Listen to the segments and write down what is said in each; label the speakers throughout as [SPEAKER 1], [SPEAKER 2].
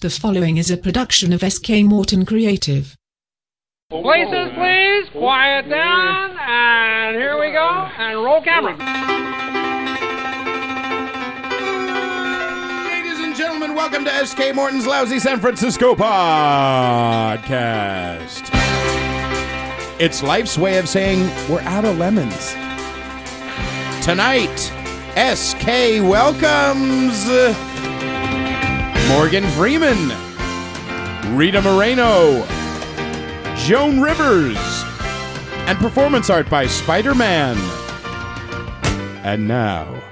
[SPEAKER 1] The following is a production of SK Morton Creative.
[SPEAKER 2] Places, please. Quiet down. And here we go. And roll camera.
[SPEAKER 3] Ladies and gentlemen, welcome to SK Morton's Lousy San Francisco Podcast. It's life's way of saying we're out of lemons. Tonight, SK welcomes Morgan Freeman, Rita Moreno, Joan Rivers, and performance art by Spider Man. And now,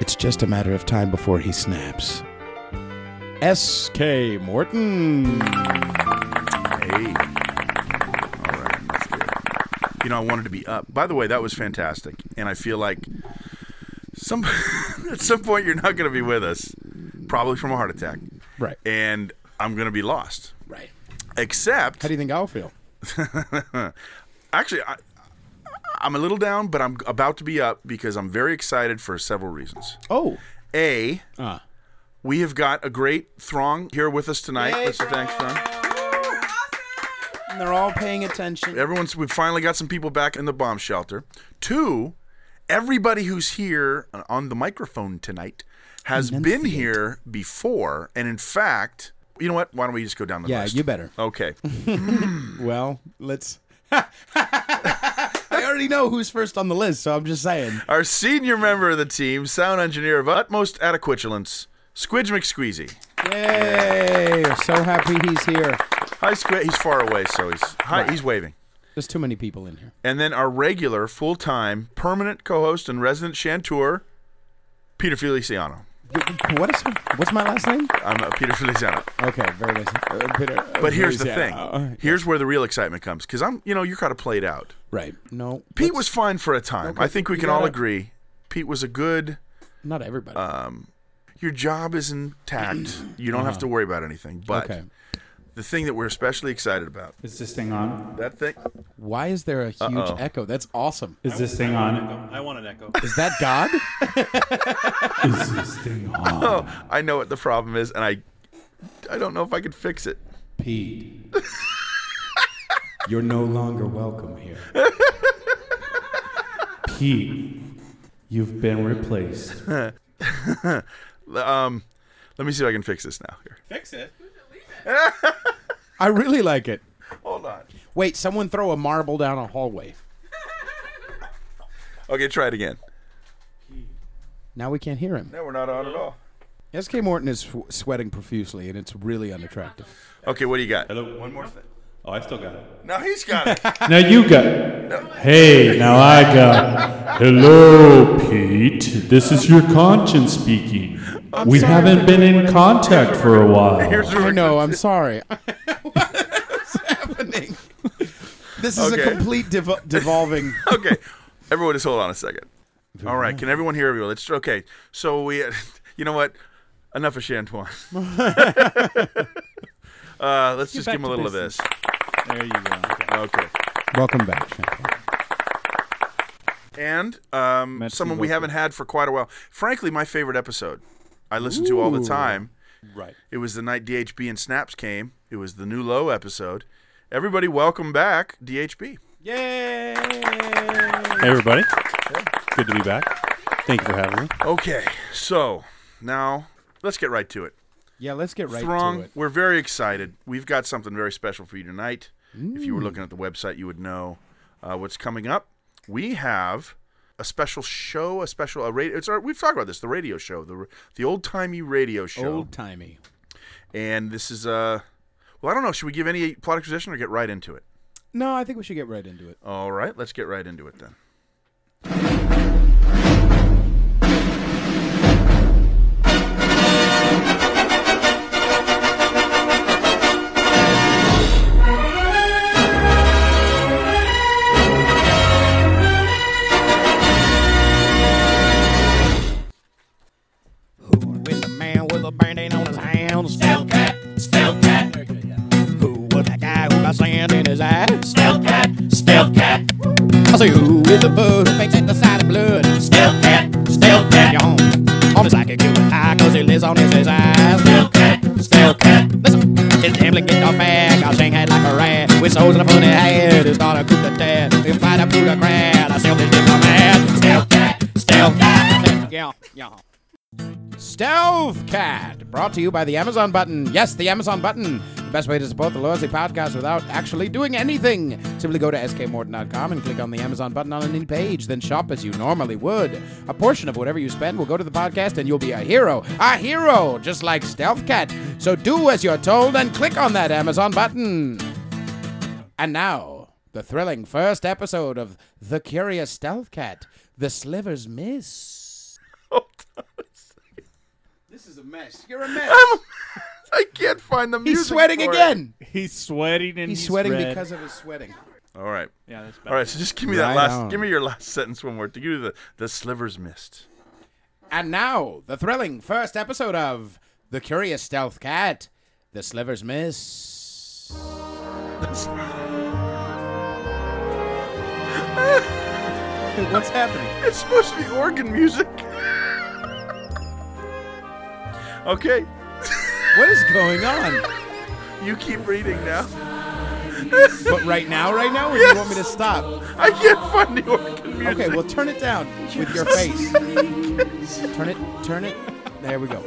[SPEAKER 3] it's just a matter of time before he snaps. S.K. Morton.
[SPEAKER 4] you know, I wanted to be up. By the way, that was fantastic, and I feel like some at some point you're not going to be with us, probably from a heart attack,
[SPEAKER 3] Right.
[SPEAKER 4] and I'm going to be lost.
[SPEAKER 3] Right.
[SPEAKER 4] Except,
[SPEAKER 3] How do you think I'll feel?
[SPEAKER 4] actually, I, I'm a little down, but I'm about to be up because I'm very excited for several reasons.
[SPEAKER 3] Oh.
[SPEAKER 4] A,
[SPEAKER 3] Uh.
[SPEAKER 4] we have got a great throng here with us tonight. That's a thanks, Throng.
[SPEAKER 3] And they're all paying attention.
[SPEAKER 4] Everyone's we've finally got some people back in the bomb shelter. Two, everybody who's here on the microphone tonight has been here before, and in fact, you know what? Why don't we just go down the
[SPEAKER 3] Yeah,
[SPEAKER 4] list?
[SPEAKER 3] you better.
[SPEAKER 4] Okay,
[SPEAKER 3] Well, let's. I already know who's first on the list, so I'm just saying.
[SPEAKER 4] our senior member of the team, sound engineer of utmost adequatulence, Squidge McSqueezy.
[SPEAKER 3] Yay! So happy he's here.
[SPEAKER 4] Hi, Squid. He's far away, so he's hi. He's waving.
[SPEAKER 3] There's too many people in here.
[SPEAKER 4] And then our regular, full-time, permanent co-host and resident chanteur, Peter Feliciano.
[SPEAKER 3] What is what's my last name?
[SPEAKER 4] I'm uh, Peter Feliciano.
[SPEAKER 3] Okay, very nice. Uh, Peter, uh,
[SPEAKER 4] But here's the thing.
[SPEAKER 3] Feliciano. Uh,
[SPEAKER 4] Here's where the real excitement comes because I'm, you know, you're kind of played out.
[SPEAKER 3] Right. No.
[SPEAKER 4] Pete
[SPEAKER 3] let's-
[SPEAKER 4] was fine for a time. I think we
[SPEAKER 3] You
[SPEAKER 4] can all
[SPEAKER 3] gotta-
[SPEAKER 4] agree. Pete was a good. um,
[SPEAKER 3] not everybody.
[SPEAKER 4] Your job is intact. You don't have to worry about anything. But
[SPEAKER 3] Uh-huh. okay.
[SPEAKER 4] the thing that we're especially excited about
[SPEAKER 5] Is this thing on?
[SPEAKER 4] that thing.
[SPEAKER 3] Why is there a huge echo? That's awesome.
[SPEAKER 5] Is this thing on?
[SPEAKER 6] I want an echo.
[SPEAKER 3] Is that God?
[SPEAKER 5] Is this thing on?
[SPEAKER 4] Oh, I know what the problem is, and I, I don't know if I could fix it.
[SPEAKER 5] Pete. You're no longer welcome here. Pete, you've been replaced.
[SPEAKER 4] Um, let me see if I can fix this now. Here,
[SPEAKER 6] Fix it.
[SPEAKER 3] I really like it.
[SPEAKER 4] hold on.
[SPEAKER 3] Wait, someone throw a marble down a hallway.
[SPEAKER 4] Okay, try it again.
[SPEAKER 3] Now we can't hear him.
[SPEAKER 4] No, we're not on at all.
[SPEAKER 3] SK Morton is f- sweating profusely, and it's really unattractive.
[SPEAKER 4] Okay, what do you got?
[SPEAKER 6] Hello.
[SPEAKER 4] One more thing.
[SPEAKER 6] Oh, I still got it.
[SPEAKER 4] No, he's got it.
[SPEAKER 5] Now you got. Hey, now I got. Hello, Pete. This is your conscience speaking. we
[SPEAKER 3] sorry,
[SPEAKER 5] haven't been in contact for a while.
[SPEAKER 4] Here's where
[SPEAKER 3] I
[SPEAKER 4] we're
[SPEAKER 3] know. I'm sorry. What's happening? This is a
[SPEAKER 4] Okay.
[SPEAKER 3] complete dev- devolving.
[SPEAKER 4] okay. Everyone, just hold on a second. All right. Can everyone hear everyone? Let's okay. So we, you know what? Enough of Chantuan. uh, let's just give him a little of this.
[SPEAKER 6] There you go.
[SPEAKER 4] Okay.
[SPEAKER 3] Welcome back. Champagne.
[SPEAKER 4] And um,
[SPEAKER 6] Merci
[SPEAKER 4] someone we
[SPEAKER 6] beaucoup.
[SPEAKER 4] haven't had for quite a while. Frankly, my favorite episode. I listen to all the time.
[SPEAKER 6] Right.
[SPEAKER 4] It was the night DHB and Snaps came. It was the new low episode. Everybody, welcome back, DHB.
[SPEAKER 6] Hey, everybody. Good to be back. Thank you for having me.
[SPEAKER 4] Okay. So now let's get right to it.
[SPEAKER 3] Yeah, let's get right
[SPEAKER 4] Throng,
[SPEAKER 3] to it.
[SPEAKER 4] we're very excited. We've got something very special for you tonight. If
[SPEAKER 3] Mm.
[SPEAKER 4] you were looking at the website, you would know uh, what's coming up. We have a special show, a special a radio. It's our, we've talked about this, the radio show, the the old timey radio show,
[SPEAKER 3] Old timey.
[SPEAKER 4] and this is Uh, well, I don't know. Should we give any plot exposition or get right into it?
[SPEAKER 3] No, I think we should get right into it.
[SPEAKER 4] All right, let's get right into it then.
[SPEAKER 7] Who is the man with a bandana on his hand? Stealth cat, stealth cat. Who was that guy who got sand in his eye? Stealth cat, stealth cat. I say, who is the bird who paints at the side of blood? Stealth cat, stealth cat. Yawn. On his like a cupid eye, cause he lives on his eyes. Stealth cat, stealth cat.
[SPEAKER 3] toes and a funny head. It's not a coup d'etat. If I had a coup de grâce, I still be diplomat. Stealth cat, stealth cat. Yeah, yeah. Stealth Cat, brought to you by the Amazon button. Yes, the Amazon button. The best way to support the Loyalty Podcast without actually doing anything. Simply go to skmorton.com and click on the Amazon button on any page, then shop as you normally would. A portion of whatever you spend will go to the podcast and you'll be a hero. A hero, just like Stealth Cat. So do as you're told and click on that Amazon button. And now, the thrilling first episode of The Curious Stealth Cat, The Slivers Miss. This is a mess. You're a mess.
[SPEAKER 8] I can't find the music.
[SPEAKER 3] He's sweating
[SPEAKER 8] for it.
[SPEAKER 3] again.
[SPEAKER 5] He's sweating and
[SPEAKER 3] He's, sweating because of his sweating.
[SPEAKER 8] All right.
[SPEAKER 5] Yeah, that's bad.
[SPEAKER 8] All right, so just give me
[SPEAKER 3] Right
[SPEAKER 8] that last.
[SPEAKER 3] on.
[SPEAKER 8] Give me your last sentence one more. To give you the the slivers missed.
[SPEAKER 3] And now, the thrilling first episode of The Curious Stealth Cat, The Slivers Miss. What's happening?
[SPEAKER 8] It's supposed to be organ music. okay,
[SPEAKER 3] What is going on?
[SPEAKER 8] you keep reading now.
[SPEAKER 3] But right now, right now, or do you want me to stop?
[SPEAKER 8] I can't find the organ music.
[SPEAKER 3] Okay, well, turn it down with your face. Turn it, turn it. There we go.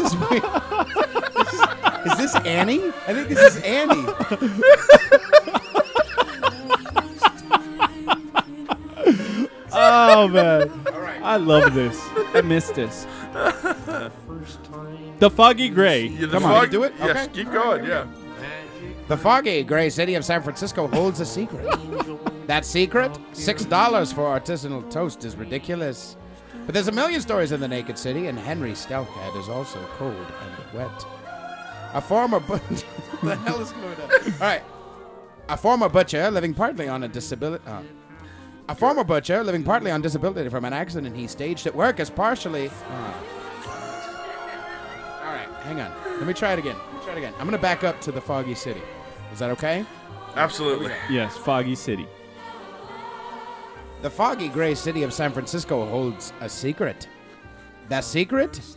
[SPEAKER 3] is weird. Is this Annie? I think this is Annie.
[SPEAKER 5] Oh man, I love this. I missed this. The foggy gray.
[SPEAKER 8] Yeah, the
[SPEAKER 3] Come on,
[SPEAKER 8] fog-
[SPEAKER 3] you do it?
[SPEAKER 8] Yes,
[SPEAKER 3] Okay.
[SPEAKER 8] keep going. Yeah.
[SPEAKER 3] The foggy gray city of San Francisco holds a secret. that secret? Six dollars for artisanal toast is ridiculous. But there's a million stories in the naked city, and Henry Stelcat is also cold and wet. A former butcher. what the hell is going on? All right. A former butcher living partly on a disability. Uh, a former butcher living partly on disability from an accident he staged at work is partially. uh. All right, hang on. Let me try it again. Let me try it again. I'm gonna back up to the foggy city. Is that okay?
[SPEAKER 8] Absolutely.
[SPEAKER 5] Yes, foggy city.
[SPEAKER 3] The foggy gray city of San Francisco holds a secret. That secret?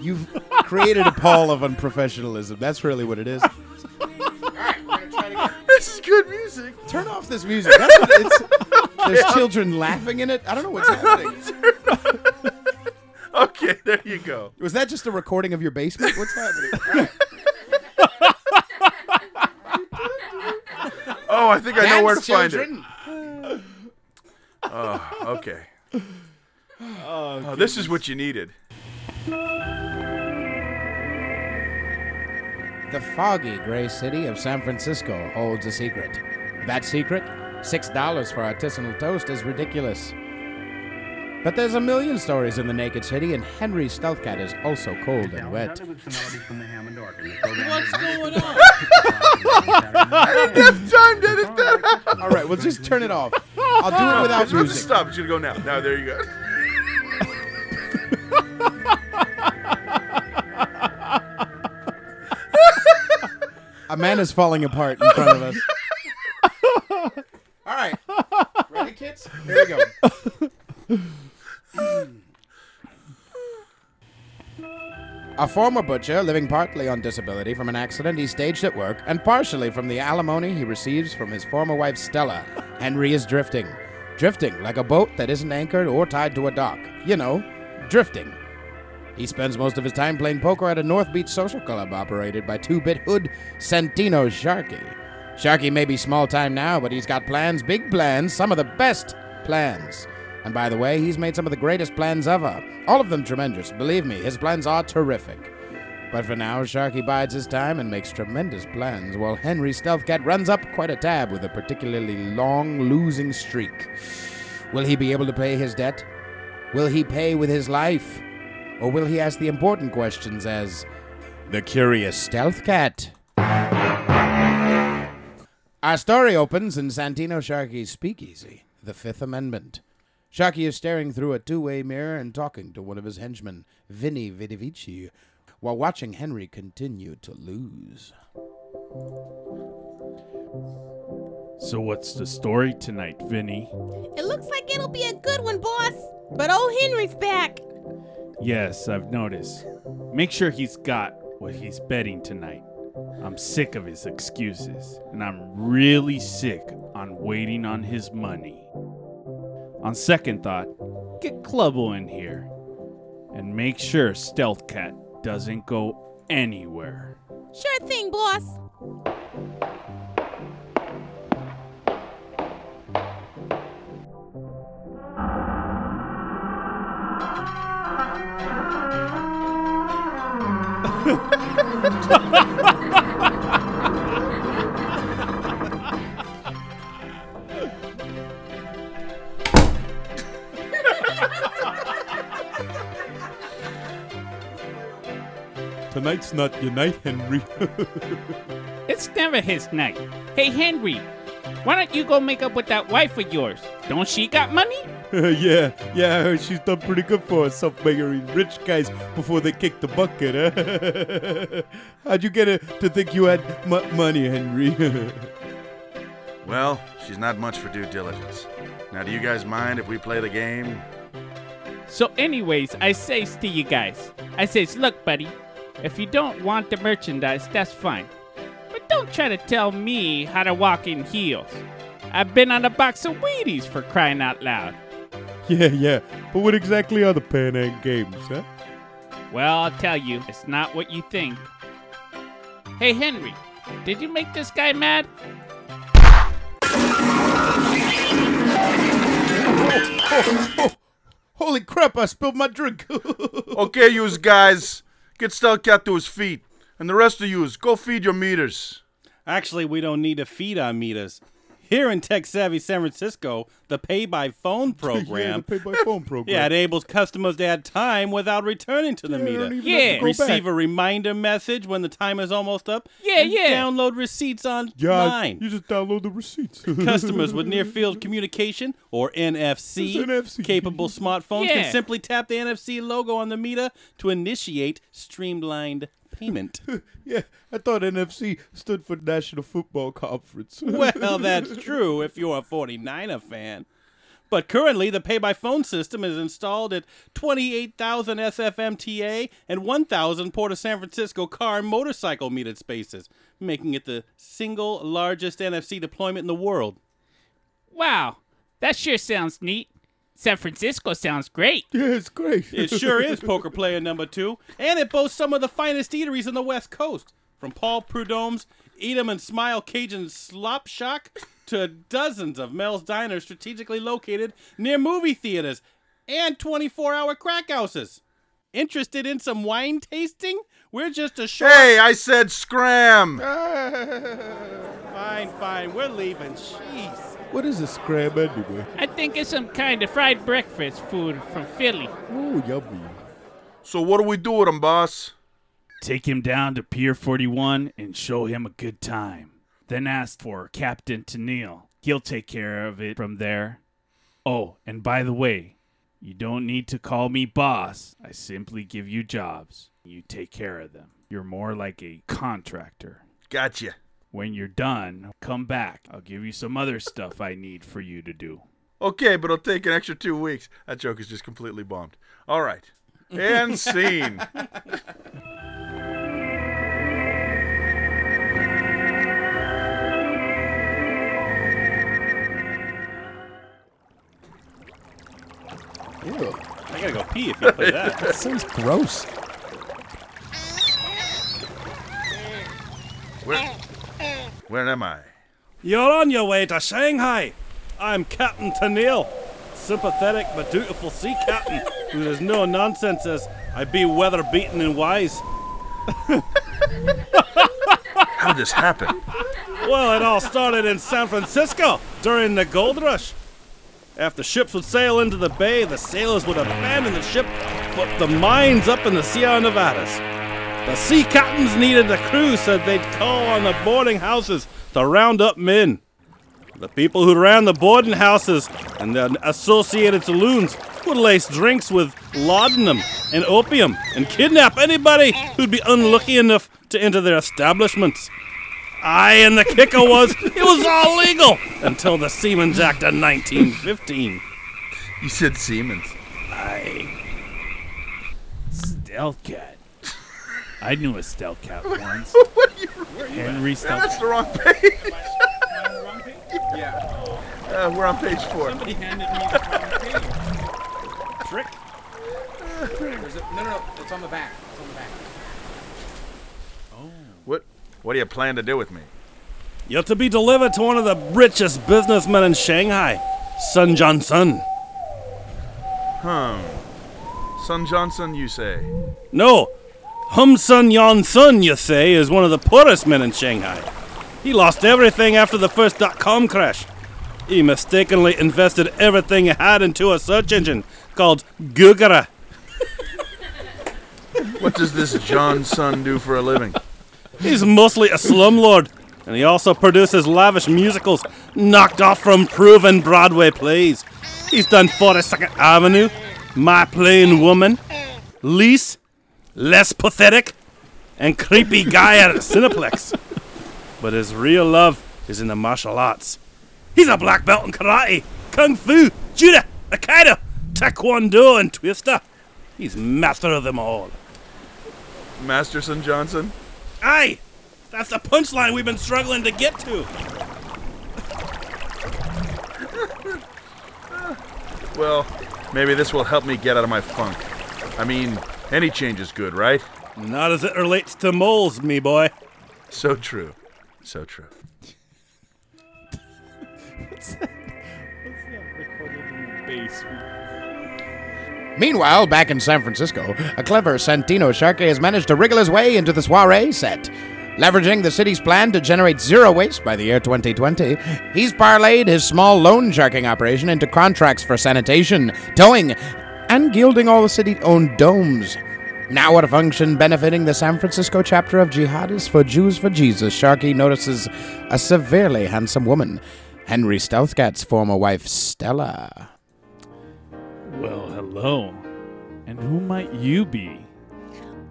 [SPEAKER 3] You've created a pall of unprofessionalism. That's really what it is.
[SPEAKER 8] This is good music.
[SPEAKER 3] Turn off this music. That's what it's, there's children laughing in it. I don't know what's happening.
[SPEAKER 8] Okay, there you go.
[SPEAKER 3] Was that just a recording of your basement? What's happening?
[SPEAKER 8] Oh, I think I know where to
[SPEAKER 3] Dance,
[SPEAKER 8] find
[SPEAKER 3] children.
[SPEAKER 8] it. Okay. Oh, this is what you needed.
[SPEAKER 3] The foggy gray city of San Francisco holds a secret. That secret? $6 for artisanal toast is ridiculous. But there's a million stories in the naked city, and Henry Stealthcat is also cold and wet.
[SPEAKER 9] What's going on?
[SPEAKER 8] Time to edit that. out.
[SPEAKER 3] All right, well, just turn it off. I'll do it
[SPEAKER 8] It's
[SPEAKER 3] without
[SPEAKER 8] supposed to
[SPEAKER 3] music.
[SPEAKER 8] stop. It's gonna go now. Now there you go.
[SPEAKER 3] A man is falling apart in front of us. All right. Ready, kids? Here we go. A former butcher living partly on disability from an accident he staged at work and partially from the alimony he receives from his former wife Stella, Henry is drifting. Drifting like a boat that isn't anchored or tied to a dock. You know, drifting. He spends most of his time playing poker at a North Beach social club operated by two bit hood Santino Sharkey. Sharkey may be small time now, but he's got plans, big plans, some of the best plans. And by the way, he's made some of the greatest plans ever. All of them tremendous, believe me, his plans are terrific. But for now, Sharky bides his time and makes tremendous plans while Henry Stealthcat runs up quite a tab with a particularly long losing streak. Will he be able to pay his debt? Will he pay with his life? Or will he ask the important questions as the curious stealth cat? Our story opens in Santino Sharkey's speakeasy, the Fifth Amendment. Sharkey is staring through a two way mirror and talking to one of his henchmen, Vinny Vidivici, while watching Henry continue to lose.
[SPEAKER 5] So what's the story tonight, Vinny?
[SPEAKER 9] It looks like it'll be a good one, boss. But old Henry's back.
[SPEAKER 5] Yes, I've noticed. Make sure he's got what he's betting tonight. I'm sick of his excuses, and I'm really sick on waiting on his money. On second thought, get Clubble in here, and make sure Stealth Cat doesn't go anywhere.
[SPEAKER 9] Sure thing, boss.
[SPEAKER 10] Tonight's not your night, Henry.
[SPEAKER 11] It's never his night. Hey, Henry, why don't you go make up with that wife of yours? Don't she got money?
[SPEAKER 10] yeah, yeah, I heard she's done pretty good for herself marrying rich guys before they kick the bucket. Huh? How'd you get her to think you had m- money, Henry?
[SPEAKER 4] Well, she's not much for due diligence. Now, do you guys mind if we play the game?
[SPEAKER 11] So, anyways, I says to you guys, I says, look, buddy, if you don't want the merchandise, that's fine. But don't try to tell me how to walk in heels. I've been on a box of Wheaties for crying out loud.
[SPEAKER 10] yeah, yeah, but what exactly are the Pan Am Games, huh?
[SPEAKER 11] Well, I'll tell you, it's not what you think. Hey, Henry, did you make this guy mad?
[SPEAKER 10] Holy crap, I spilled my drink.
[SPEAKER 4] Okay, yous guys, get Stelcat to his feet, and the rest of yous, go feed your meters.
[SPEAKER 6] Actually, we don't need to feed our meters. Here in Tech Savvy San Francisco, the pay by phone
[SPEAKER 10] yeah, the
[SPEAKER 6] program
[SPEAKER 10] pay by phone program.
[SPEAKER 6] yeah, it enables customers to add time without returning to the
[SPEAKER 10] I don't
[SPEAKER 6] meter.
[SPEAKER 10] even have to
[SPEAKER 11] Yeah.
[SPEAKER 10] go
[SPEAKER 6] Receive
[SPEAKER 10] back.
[SPEAKER 6] a reminder message when the time is almost up.
[SPEAKER 11] Yeah,
[SPEAKER 6] and
[SPEAKER 11] yeah.
[SPEAKER 6] Download receipts online.
[SPEAKER 10] Yeah, you just download the receipts.
[SPEAKER 6] Customers with near field communication or NFC,
[SPEAKER 10] It's NFC.
[SPEAKER 6] capable smartphones
[SPEAKER 11] Yeah.
[SPEAKER 6] can simply tap the NFC logo on the meter to initiate streamlined payment.
[SPEAKER 10] Yeah, I thought NFC stood for National Football Conference.
[SPEAKER 6] well, that's true if you're a 49er fan. But currently, the pay by phone system is installed at 28,000 SFMTA and 1,000 Port of San Francisco car and motorcycle metered spaces, making it the single largest NFC deployment in the world.
[SPEAKER 11] Wow, that sure sounds neat. San Francisco sounds great.
[SPEAKER 10] yeah, it's great.
[SPEAKER 6] It sure is poker player number two, and it boasts some of the finest eateries on the West Coast, from Paul Prudhomme's Eat 'em and Smile Cajun Slop Shack to dozens of Mel's diners strategically located near movie theaters and 24-hour crack houses. Interested in some wine tasting? We're just a short.
[SPEAKER 4] Hey, I said scram!
[SPEAKER 6] Fine, fine. We're leaving. Jeez.
[SPEAKER 10] What is a scram anyway?
[SPEAKER 11] I think it's some kind of fried breakfast food from Philly.
[SPEAKER 10] Ooh, yummy.
[SPEAKER 4] So, what do we do with him, boss?
[SPEAKER 5] Take him down to Pier 41 and show him a good time. Then ask for Captain Tennille. He'll take care of it from there. Oh, and by the way, you don't need to call me boss. I simply give you jobs. You take care of them. You're more like a contractor.
[SPEAKER 4] Gotcha.
[SPEAKER 5] When you're done, come back. I'll give you some other stuff I need for you to do.
[SPEAKER 4] Okay, but it'll take an extra two weeks. That joke is just completely bombed. All right. And scene.
[SPEAKER 6] I gotta go pee if you play that.
[SPEAKER 8] That sounds gross.
[SPEAKER 4] Where am I?
[SPEAKER 12] You're on your way to Shanghai. I'm Captain Tennille, sympathetic but dutiful sea captain who is no nonsense as I be weather beaten and wise.
[SPEAKER 4] How did this happen?
[SPEAKER 12] Well, it all started in San Francisco during the gold rush. After ships would sail into the bay, the sailors would abandon the ship for the mines up in the Sierra Nevadas. The sea captains needed the crew, so they'd call on the boarding houses to round up men. The people who ran the boarding houses and the associated saloons would lace drinks with laudanum and opium and kidnap anybody who'd be unlucky enough to enter their establishments. I and the kicker was it was all legal until the Siemens Act of 1915.
[SPEAKER 4] You said Siemens.
[SPEAKER 12] Aye.
[SPEAKER 5] Stelcat. I knew a Stelcat once. Henry
[SPEAKER 4] That's
[SPEAKER 5] Stelcat.
[SPEAKER 4] the wrong page. yeah. Uh, we're on page four.
[SPEAKER 12] Somebody handed me the wrong Trick. There's a, no, no, no. It's on the back. It's on the back.
[SPEAKER 4] What? What do you plan to do with me?
[SPEAKER 12] You're to be delivered to one of the richest businessmen in Shanghai, Sun Johnson.
[SPEAKER 4] Hmm. Son Johnson, you say?
[SPEAKER 12] No, Hum Sun Yon Sun, you say, is one of the poorest men in Shanghai. He lost everything after the first dot com crash. He mistakenly invested everything he had into a search engine called Googara.
[SPEAKER 4] What does this Johnson do for a living?
[SPEAKER 12] He's mostly a slumlord, and he also produces lavish musicals knocked off from proven Broadway plays. He's done 42nd Avenue, My Plain Woman, Lease, Less Pathetic, and Creepy Guy at Cineplex. But his real love is in the martial arts. He's a black belt in karate, kung fu, judo, aikido, taekwondo, and twister. He's master of them all.
[SPEAKER 4] Masterson Johnson?
[SPEAKER 12] Aye! That's the punchline we've been struggling to get to.
[SPEAKER 4] Well, maybe this will help me get out of my funk. I mean, any change is good, right?
[SPEAKER 12] Not as it relates to moles, me boy.
[SPEAKER 4] So true. So true.
[SPEAKER 3] Meanwhile, back in San Francisco, a clever Santino Sharkey has managed to wriggle his way into the soiree set. Leveraging the city's plan to generate zero waste by the year 2020, he's parlayed his small loan sharking operation into contracts for sanitation, towing, and gilding all the city owned domes. Now at a function benefiting the San Francisco chapter of Jihadists for Jews for Jesus, Sharkey notices a severely handsome woman, Henry Stouthgat's former wife, Stella.
[SPEAKER 5] Well, hello. And who might you be?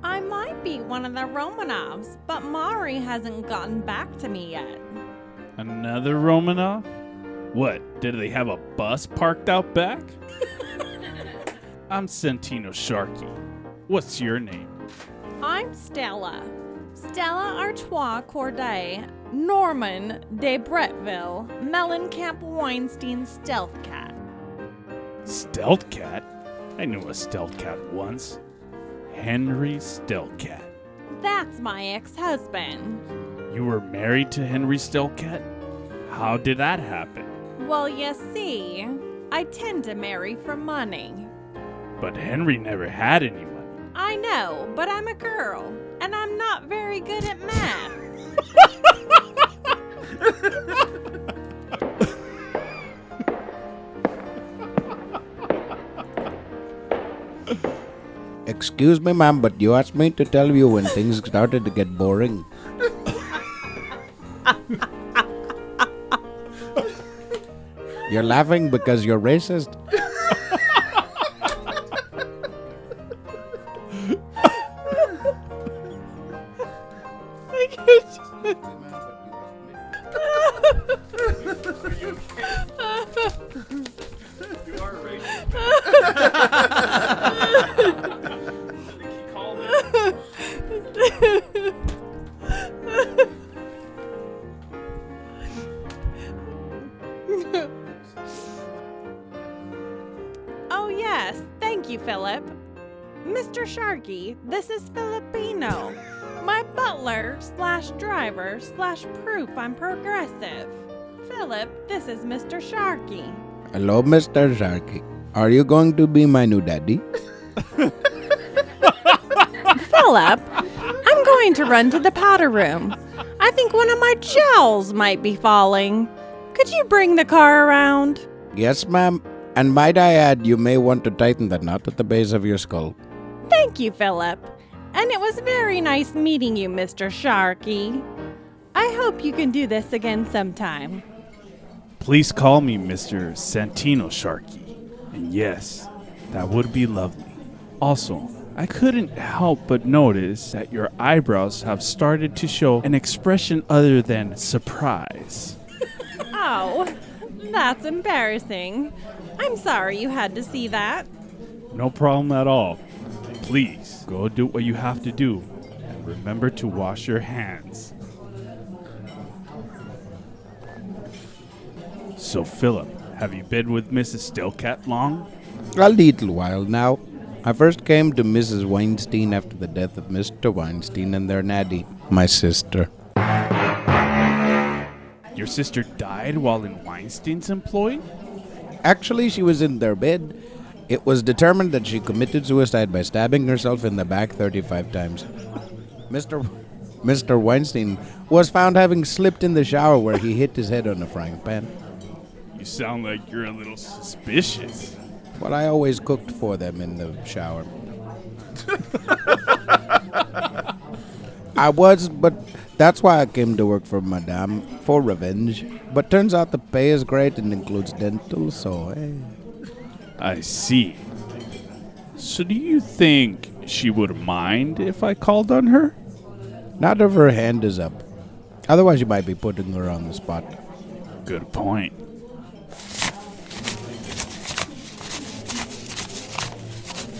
[SPEAKER 13] I might be one of the Romanovs, but Mari hasn't gotten back to me yet.
[SPEAKER 5] Another Romanov? What? Did they have a bus parked out back? I'm Santino Sharkey. What's your name?
[SPEAKER 13] I'm Stella. Stella Artois Corday, Norman de Bretville, Mellencamp Weinstein Stealth Cat.
[SPEAKER 5] Stealth Cat? I knew a Stealth Cat once. Henry Stealth Cat.
[SPEAKER 13] That's my ex husband.
[SPEAKER 5] You were married to Henry Stealth Cat? How did that happen?
[SPEAKER 13] Well, you see, I tend to marry for money.
[SPEAKER 5] But Henry never had any money.
[SPEAKER 13] I know, but I'm a girl, and I'm not very good at math.
[SPEAKER 3] Excuse me, ma'am, but you asked me to tell you when things started to get boring. you're laughing because you're racist.
[SPEAKER 13] Oh, yes. Thank you, Philip. Mr. Sharkey, this is Filipino, my butler slash driver slash proof I'm progressive. Philip, this is Mr. Sharkey.
[SPEAKER 3] Hello, Mr. Sharky. Are you going to be my new daddy?
[SPEAKER 13] Philip, I'm going to run to the powder room. I think one of my jowls might be falling. Could you bring the car around?
[SPEAKER 3] Yes, ma'am. And might I add, you may want to tighten the knot at the base of your skull.
[SPEAKER 13] Thank you, Philip. And it was very nice meeting you, Mr. Sharkey. I hope you can do this again sometime.
[SPEAKER 5] Please call me Mr. Santino Sharkey. And yes, that would be lovely. Also, I couldn't help but notice that your eyebrows have started to show an expression other than surprise.
[SPEAKER 13] Oh, that's embarrassing. I'm sorry you had to see that.
[SPEAKER 5] No problem at all. Please go do what you have to do, and remember to wash your hands. So, Philip, have you been with Mrs. Stillcat long?
[SPEAKER 3] A little while now. I first came to Mrs. Weinstein after the death of Mr. Weinstein and their Natty, my sister.
[SPEAKER 5] Your sister died while in Weinstein's employ?
[SPEAKER 3] Actually, she was in their bed. It was determined that she committed suicide by stabbing herself in the back 35 times. Mr. Mr. Weinstein was found having slipped in the shower where he hit his head on a frying pan.
[SPEAKER 5] You sound like you're a little suspicious.
[SPEAKER 3] Well, I always cooked for them in the shower. I was, but that's why I came to work for Madame, for revenge. But turns out the pay is great and includes dental, so eh.
[SPEAKER 5] I see. So, do you think she would mind if I called on her?
[SPEAKER 3] Not if her hand is up. Otherwise, you might be putting her on the spot.
[SPEAKER 5] Good point.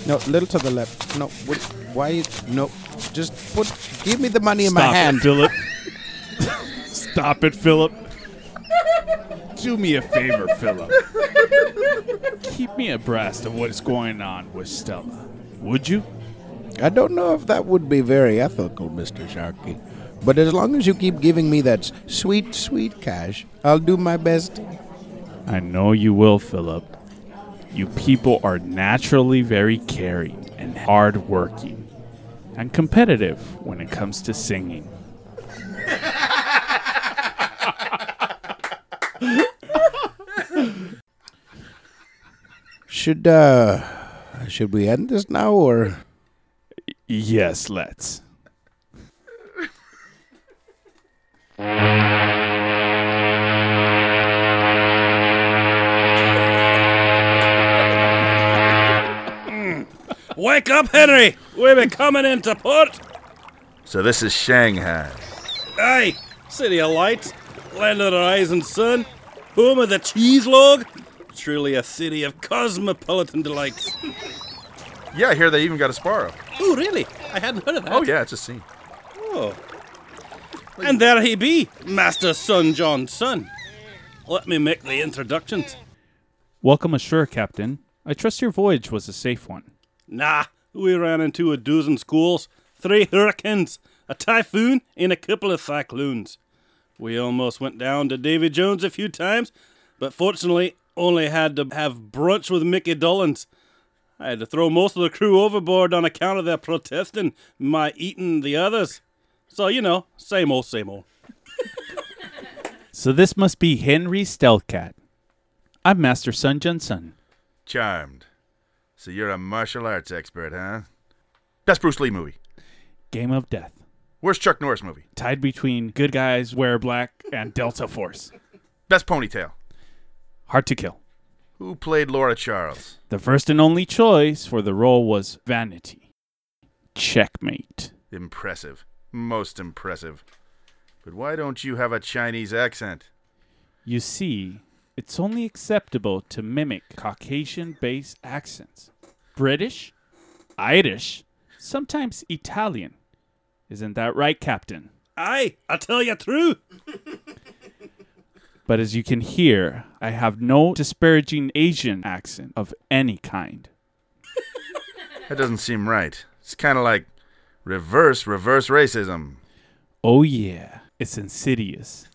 [SPEAKER 3] No, little to the left. No, what, why? No, just put. Give me the money in
[SPEAKER 5] Stop
[SPEAKER 3] my hand.
[SPEAKER 5] it, Philip. Stop it, Philip. Do me a favor, Philip. Keep me abreast of what's going on with Stella. Would you?
[SPEAKER 3] I don't know if that would be very ethical, Mr. Sharkey. But as long as you keep giving me that s- sweet, sweet cash, I'll do my best.
[SPEAKER 5] I know you will, Philip. You people are naturally very caring and hardworking and competitive when it comes to singing.
[SPEAKER 3] Should uh should we end this now or
[SPEAKER 5] Yes, let's.
[SPEAKER 12] Hmm. Wake up, Henry! We've been coming into port!
[SPEAKER 4] So this is Shanghai.
[SPEAKER 12] Aye, City of Lights, Land of the Rising Sun, Home of the Cheese Log. Truly a city of cosmopolitan delights.
[SPEAKER 4] Yeah, I hear they even got a Sparrow.
[SPEAKER 12] Oh, really? I hadn't heard of that.
[SPEAKER 4] Oh yeah, it's a scene.
[SPEAKER 12] Oh. And there he be, Master Son John's son. Let me make the introductions.
[SPEAKER 5] Welcome ashore, Captain. I trust your voyage was a safe one.
[SPEAKER 12] Nah, we ran into a dozen squalls, three hurricanes, a typhoon, and a couple of cyclones. We almost went down to Davy Jones a few times, but fortunately only had to have brunch with Mickey Dollins. I had to throw most of the crew overboard on account of their protesting my eating the others. So, you know, same old, same old.
[SPEAKER 5] So this must be Henry Stelcat. I'm Master Sun Johnson.
[SPEAKER 4] Charmed. So you're a martial arts expert, huh? Best Bruce Lee movie.
[SPEAKER 5] Game of Death.
[SPEAKER 4] Worst Chuck Norris movie.
[SPEAKER 5] Tied between Good Guys Wear Black and Delta Force.
[SPEAKER 4] Best ponytail.
[SPEAKER 5] Hard to kill.
[SPEAKER 4] Who played Laura Charles?
[SPEAKER 5] The first and only choice for the role was Vanity. Checkmate.
[SPEAKER 4] Impressive. Most impressive. But why don't you have a Chinese accent?
[SPEAKER 5] You see, it's only acceptable to mimic Caucasian based accents British, Irish, sometimes Italian. Isn't that right, Captain?
[SPEAKER 12] Aye, I tell you true.
[SPEAKER 5] But as you can hear, I have no disparaging Asian accent of any kind.
[SPEAKER 4] That doesn't seem right. It's kind of like reverse, reverse racism.
[SPEAKER 5] Oh, yeah, it's insidious.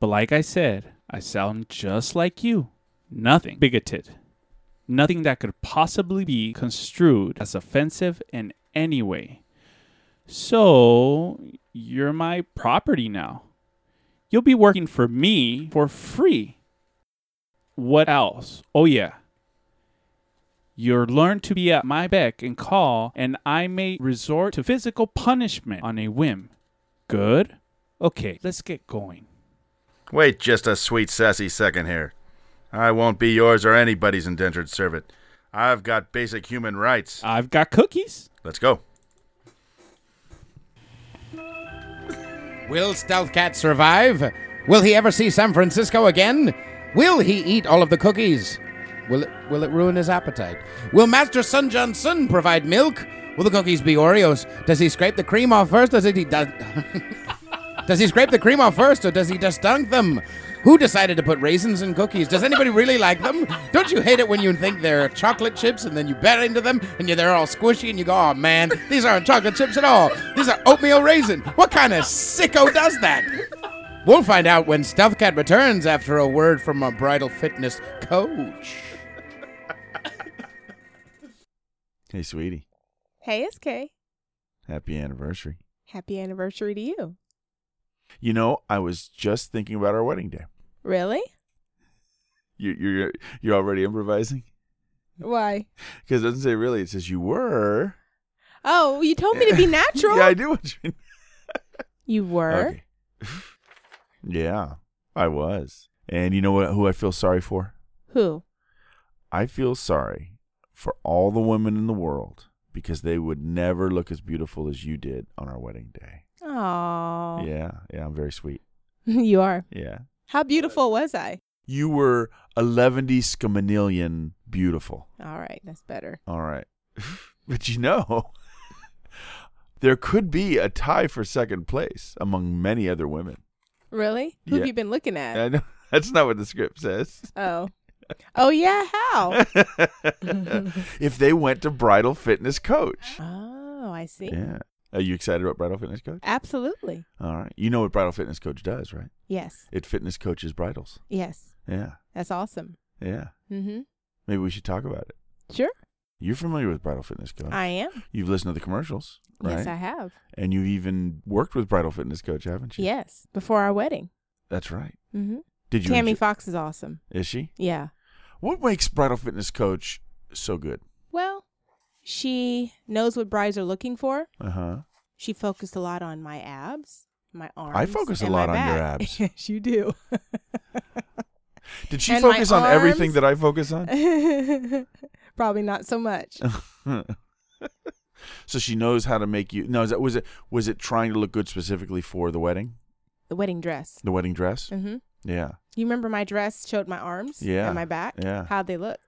[SPEAKER 5] But like I said, I sound just like you. Nothing bigoted. Nothing that could possibly be construed as offensive in any way. So, you're my property now. You'll be working for me for free. What else? Oh, yeah. You're learned to be at my beck and call, and I may resort to physical punishment on a whim. Good? Okay, let's get going.
[SPEAKER 4] Wait just a sweet, sassy second here. I won't be yours or anybody's indentured servant. I've got basic human rights.
[SPEAKER 5] I've got cookies.
[SPEAKER 4] Let's go.
[SPEAKER 3] Will Stealthcat survive? Will he ever see San Francisco again? Will he eat all of the cookies? Will it, will it ruin his appetite? Will Master Sun John Sun provide milk? Will the cookies be Oreos? Does he scrape the cream off first? Does he does, does he scrape the cream off first, or does he just dunk them? Who decided to put raisins in cookies? Does anybody really like them? Don't you hate it when you think they're chocolate chips and then you bite into them and you- they're all squishy and you go, oh man, these aren't chocolate chips at all. These are oatmeal raisin. What kind of sicko does that? We'll find out when Stealth Cat returns after a word from a bridal fitness coach.
[SPEAKER 4] Hey, sweetie.
[SPEAKER 14] Hey, SK.
[SPEAKER 4] Happy anniversary.
[SPEAKER 14] Happy anniversary to you.
[SPEAKER 4] You know, I was just thinking about our wedding day.
[SPEAKER 14] Really?
[SPEAKER 4] You, you're you're already improvising
[SPEAKER 14] Why?
[SPEAKER 4] because it doesn't say really. It says you were.
[SPEAKER 14] Oh, you told me to be natural.
[SPEAKER 4] yeah, I do. want you-
[SPEAKER 14] You were.
[SPEAKER 4] Okay. yeah, I was. And you know what? Who I feel sorry for?
[SPEAKER 14] Who?
[SPEAKER 4] I feel sorry for all the women in the world because they would never look as beautiful as you did on our wedding day.
[SPEAKER 14] Oh.
[SPEAKER 4] Yeah, yeah, I'm very sweet.
[SPEAKER 14] you are.
[SPEAKER 4] Yeah.
[SPEAKER 14] How beautiful was I?
[SPEAKER 4] You were a levendy scamanillion beautiful.
[SPEAKER 14] All right, that's better.
[SPEAKER 4] All right. but you know, there could be a tie for second place among many other women.
[SPEAKER 14] Really? Who
[SPEAKER 4] Yeah.
[SPEAKER 14] have you been looking at?
[SPEAKER 4] I know, that's not what the script says.
[SPEAKER 14] Oh. Oh yeah, how?
[SPEAKER 4] if they went to Bridal Fitness Coach.
[SPEAKER 14] oh, I see.
[SPEAKER 4] Yeah. Are you excited about Bridal Fitness Coach?
[SPEAKER 14] Absolutely.
[SPEAKER 4] All right. You know what Bridal Fitness Coach does, right?
[SPEAKER 14] Yes.
[SPEAKER 4] It fitness coaches bridals.
[SPEAKER 14] Yes.
[SPEAKER 4] Yeah.
[SPEAKER 14] That's awesome.
[SPEAKER 4] Yeah.
[SPEAKER 14] Mhm.
[SPEAKER 4] Maybe we should talk about it.
[SPEAKER 14] Sure.
[SPEAKER 4] You're familiar with Bridal Fitness Coach.
[SPEAKER 14] I am.
[SPEAKER 4] You've listened to the commercials, right?
[SPEAKER 14] Yes, I have.
[SPEAKER 4] And you've even worked with Bridal Fitness Coach, haven't you?
[SPEAKER 14] Yes, before our wedding.
[SPEAKER 4] That's right.
[SPEAKER 14] Mhm.
[SPEAKER 4] Did you
[SPEAKER 14] Tammy
[SPEAKER 4] enjoy-
[SPEAKER 14] Fox is awesome.
[SPEAKER 4] Is she?
[SPEAKER 14] Yeah.
[SPEAKER 4] What makes Bridal Fitness Coach so good?
[SPEAKER 14] Well, she knows what brides are looking for.
[SPEAKER 4] Uh huh.
[SPEAKER 14] She focused a lot on my abs, my arms.
[SPEAKER 4] focus a
[SPEAKER 14] and
[SPEAKER 4] lot
[SPEAKER 14] my
[SPEAKER 4] on your
[SPEAKER 14] back.
[SPEAKER 4] abs.
[SPEAKER 14] yes, you do.
[SPEAKER 4] Did she
[SPEAKER 14] And my
[SPEAKER 4] focus on everything
[SPEAKER 14] arms.
[SPEAKER 4] that I focus on?
[SPEAKER 14] Probably not so much.
[SPEAKER 4] so she knows how to make you. No, is that, was it was it trying to look good specifically for the wedding,
[SPEAKER 14] The wedding dress.
[SPEAKER 4] the wedding dress?
[SPEAKER 14] Mm-hmm.
[SPEAKER 4] Yeah.
[SPEAKER 14] You remember my dress showed my arms
[SPEAKER 4] Yeah,
[SPEAKER 14] and my back?
[SPEAKER 4] yeah.
[SPEAKER 14] How'd they look?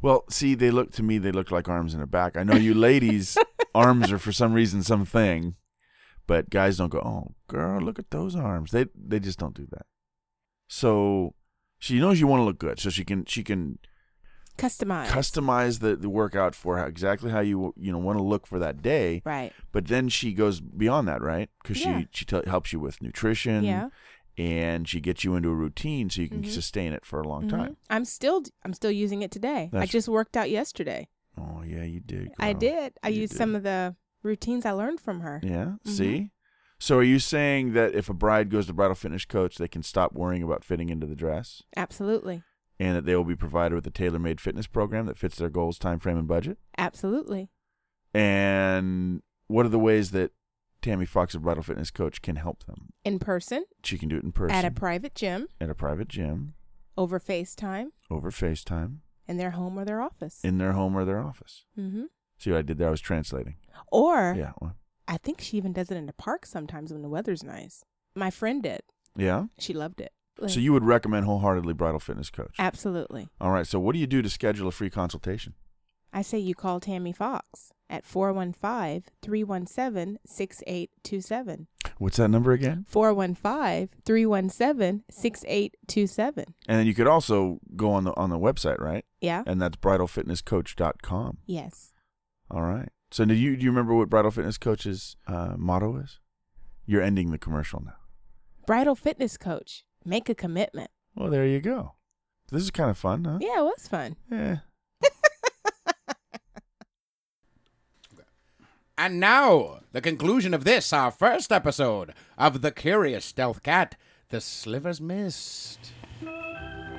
[SPEAKER 4] Well, see, they look to me. They look like arms and a back. I know you ladies' arms are for some reason something, but guys don't go. Oh, girl, look at those arms. They they just don't do that. So she knows you want to look good, so she can she can
[SPEAKER 14] Customized.
[SPEAKER 4] customize the, the workout for how, exactly how you you know want to look for that day.
[SPEAKER 14] Right.
[SPEAKER 4] But then she goes beyond that, right? Because
[SPEAKER 14] Yeah.
[SPEAKER 4] she she tell helps you with nutrition,
[SPEAKER 14] Yeah.
[SPEAKER 4] and she gets you into a routine so you can
[SPEAKER 14] Mhm.
[SPEAKER 4] sustain it for a long
[SPEAKER 14] Mhm.
[SPEAKER 4] time.
[SPEAKER 14] I'm still I'm still using it today. I
[SPEAKER 4] That's-
[SPEAKER 14] just worked out yesterday.
[SPEAKER 4] Oh yeah, you did.
[SPEAKER 14] I
[SPEAKER 4] girl.
[SPEAKER 14] did. I
[SPEAKER 4] You
[SPEAKER 14] used
[SPEAKER 4] did.
[SPEAKER 14] some of the routines I learned from her.
[SPEAKER 4] Yeah.
[SPEAKER 14] Mhm.
[SPEAKER 4] See. So are you saying that if a bride goes to bridal fitness coach, they can stop worrying about fitting into the dress,
[SPEAKER 14] Absolutely.
[SPEAKER 4] and that they will be provided with a tailor-made fitness program that fits their goals, time frame, and budget?
[SPEAKER 14] Absolutely.
[SPEAKER 4] And what are the ways that Tammy Fox, a bridal fitness coach, can help them?
[SPEAKER 14] In person,
[SPEAKER 4] She can do it in person
[SPEAKER 14] at a private gym
[SPEAKER 4] at a private gym
[SPEAKER 14] over FaceTime
[SPEAKER 4] over FaceTime
[SPEAKER 14] in their home or their office.
[SPEAKER 4] in their home or their office.
[SPEAKER 14] Mhm.
[SPEAKER 4] See what I did there? I was translating.
[SPEAKER 14] Or
[SPEAKER 4] yeah, well,
[SPEAKER 14] I think she even does it in the park sometimes when the weather's nice. My friend did.
[SPEAKER 4] yeah.
[SPEAKER 14] She loved it.
[SPEAKER 4] So you would recommend wholeheartedly bridal fitness coach?
[SPEAKER 14] Absolutely.
[SPEAKER 4] All right. So what do you do to schedule a free consultation?
[SPEAKER 14] I say you call Tammy Fox at 415-317-6827.
[SPEAKER 4] What's that number again?
[SPEAKER 14] 415-317-6827.
[SPEAKER 4] And then you could also go on the on the website, right?
[SPEAKER 14] Yeah.
[SPEAKER 4] And that's bridalfitnesscoach.com.
[SPEAKER 14] Yes.
[SPEAKER 4] All right. So do you do you remember what Bridal Fitness Coach's uh, motto is? You're ending the commercial now.
[SPEAKER 14] Bridal fitness coach. Make a commitment.
[SPEAKER 4] Well, there you go. This is kind of fun, huh?
[SPEAKER 14] Yeah, it was fun.
[SPEAKER 4] Yeah.
[SPEAKER 3] And now, the conclusion of this, our first episode of The Curious Stealth Cat, The Slivers Missed.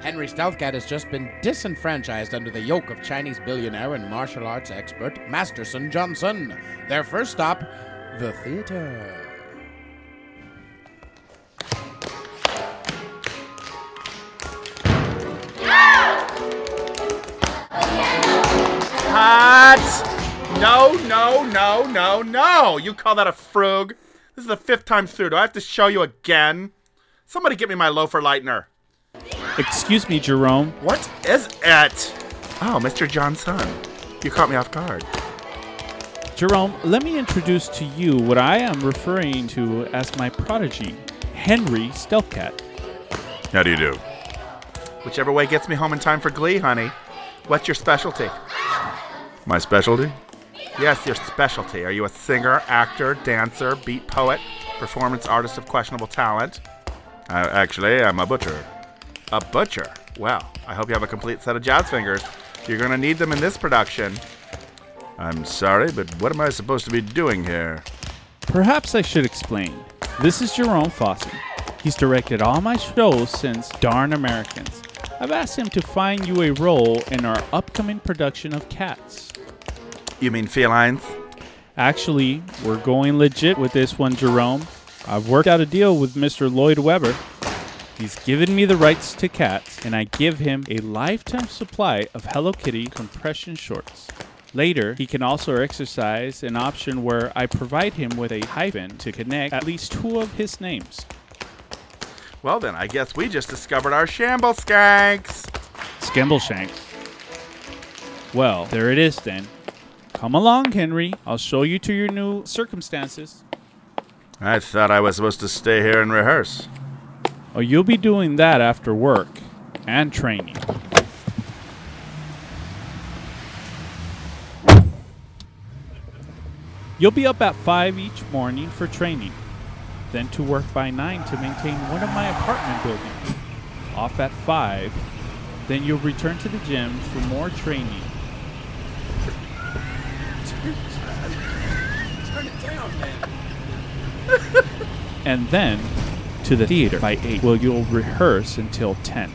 [SPEAKER 3] Henry Stealth Cat has just been disenfranchised under the yoke of Chinese billionaire and martial arts expert Masterson Johnson. Their first stop, the theater.
[SPEAKER 8] Hot! No, no, no, no, no! You call that a frug? This is the fifth time through. Do I have to show you again? Somebody get me my loafer lightener.
[SPEAKER 5] Excuse me, Jerome.
[SPEAKER 8] What is it?
[SPEAKER 4] Oh, Mr. Johnson. You caught me off guard.
[SPEAKER 6] Jerome, let me introduce to you what I am referring to as my prodigy, Henry Stealthcat.
[SPEAKER 4] How do you do? Whichever way gets me home in time for Glee, honey. What's your specialty? My specialty? Yes, your specialty. Are you a singer, actor, dancer, beat poet, performance artist of questionable talent? I, actually, I'm a butcher. A butcher? Well, I hope you have a complete set of jazz fingers. You're going to need them in this production. I'm sorry, but what am I supposed to be doing here?
[SPEAKER 6] Perhaps I should explain. This is Jerome Fossey. He's directed all my shows since Darn Americans. I've asked him to find you a role in our upcoming production of Cats.
[SPEAKER 4] You mean felines?
[SPEAKER 6] Actually, we're going legit with this one, Jerome. I've worked out a deal with Mr. Lloyd Webber. He's given me the rights to cats, and I give him a lifetime supply of Hello Kitty compression shorts. Later, he can also exercise an option where I provide him with a hyphen to connect at least two of his names.
[SPEAKER 4] Well, then, I guess we just discovered our shamble skanks.
[SPEAKER 6] Skimbleshanks. Well, there it is then. Come along, Henry. I'll show you to your new circumstances.
[SPEAKER 4] I thought I was supposed to stay here and rehearse.
[SPEAKER 6] Oh, you'll be doing that after work and training. You'll be up at 5 each morning for training, then to work by 9 to maintain one of my apartment buildings. Off at 5, then you'll return to the gym for more training.
[SPEAKER 8] Turn it down, man.
[SPEAKER 6] and then to the theater by 8 where you'll rehearse until 10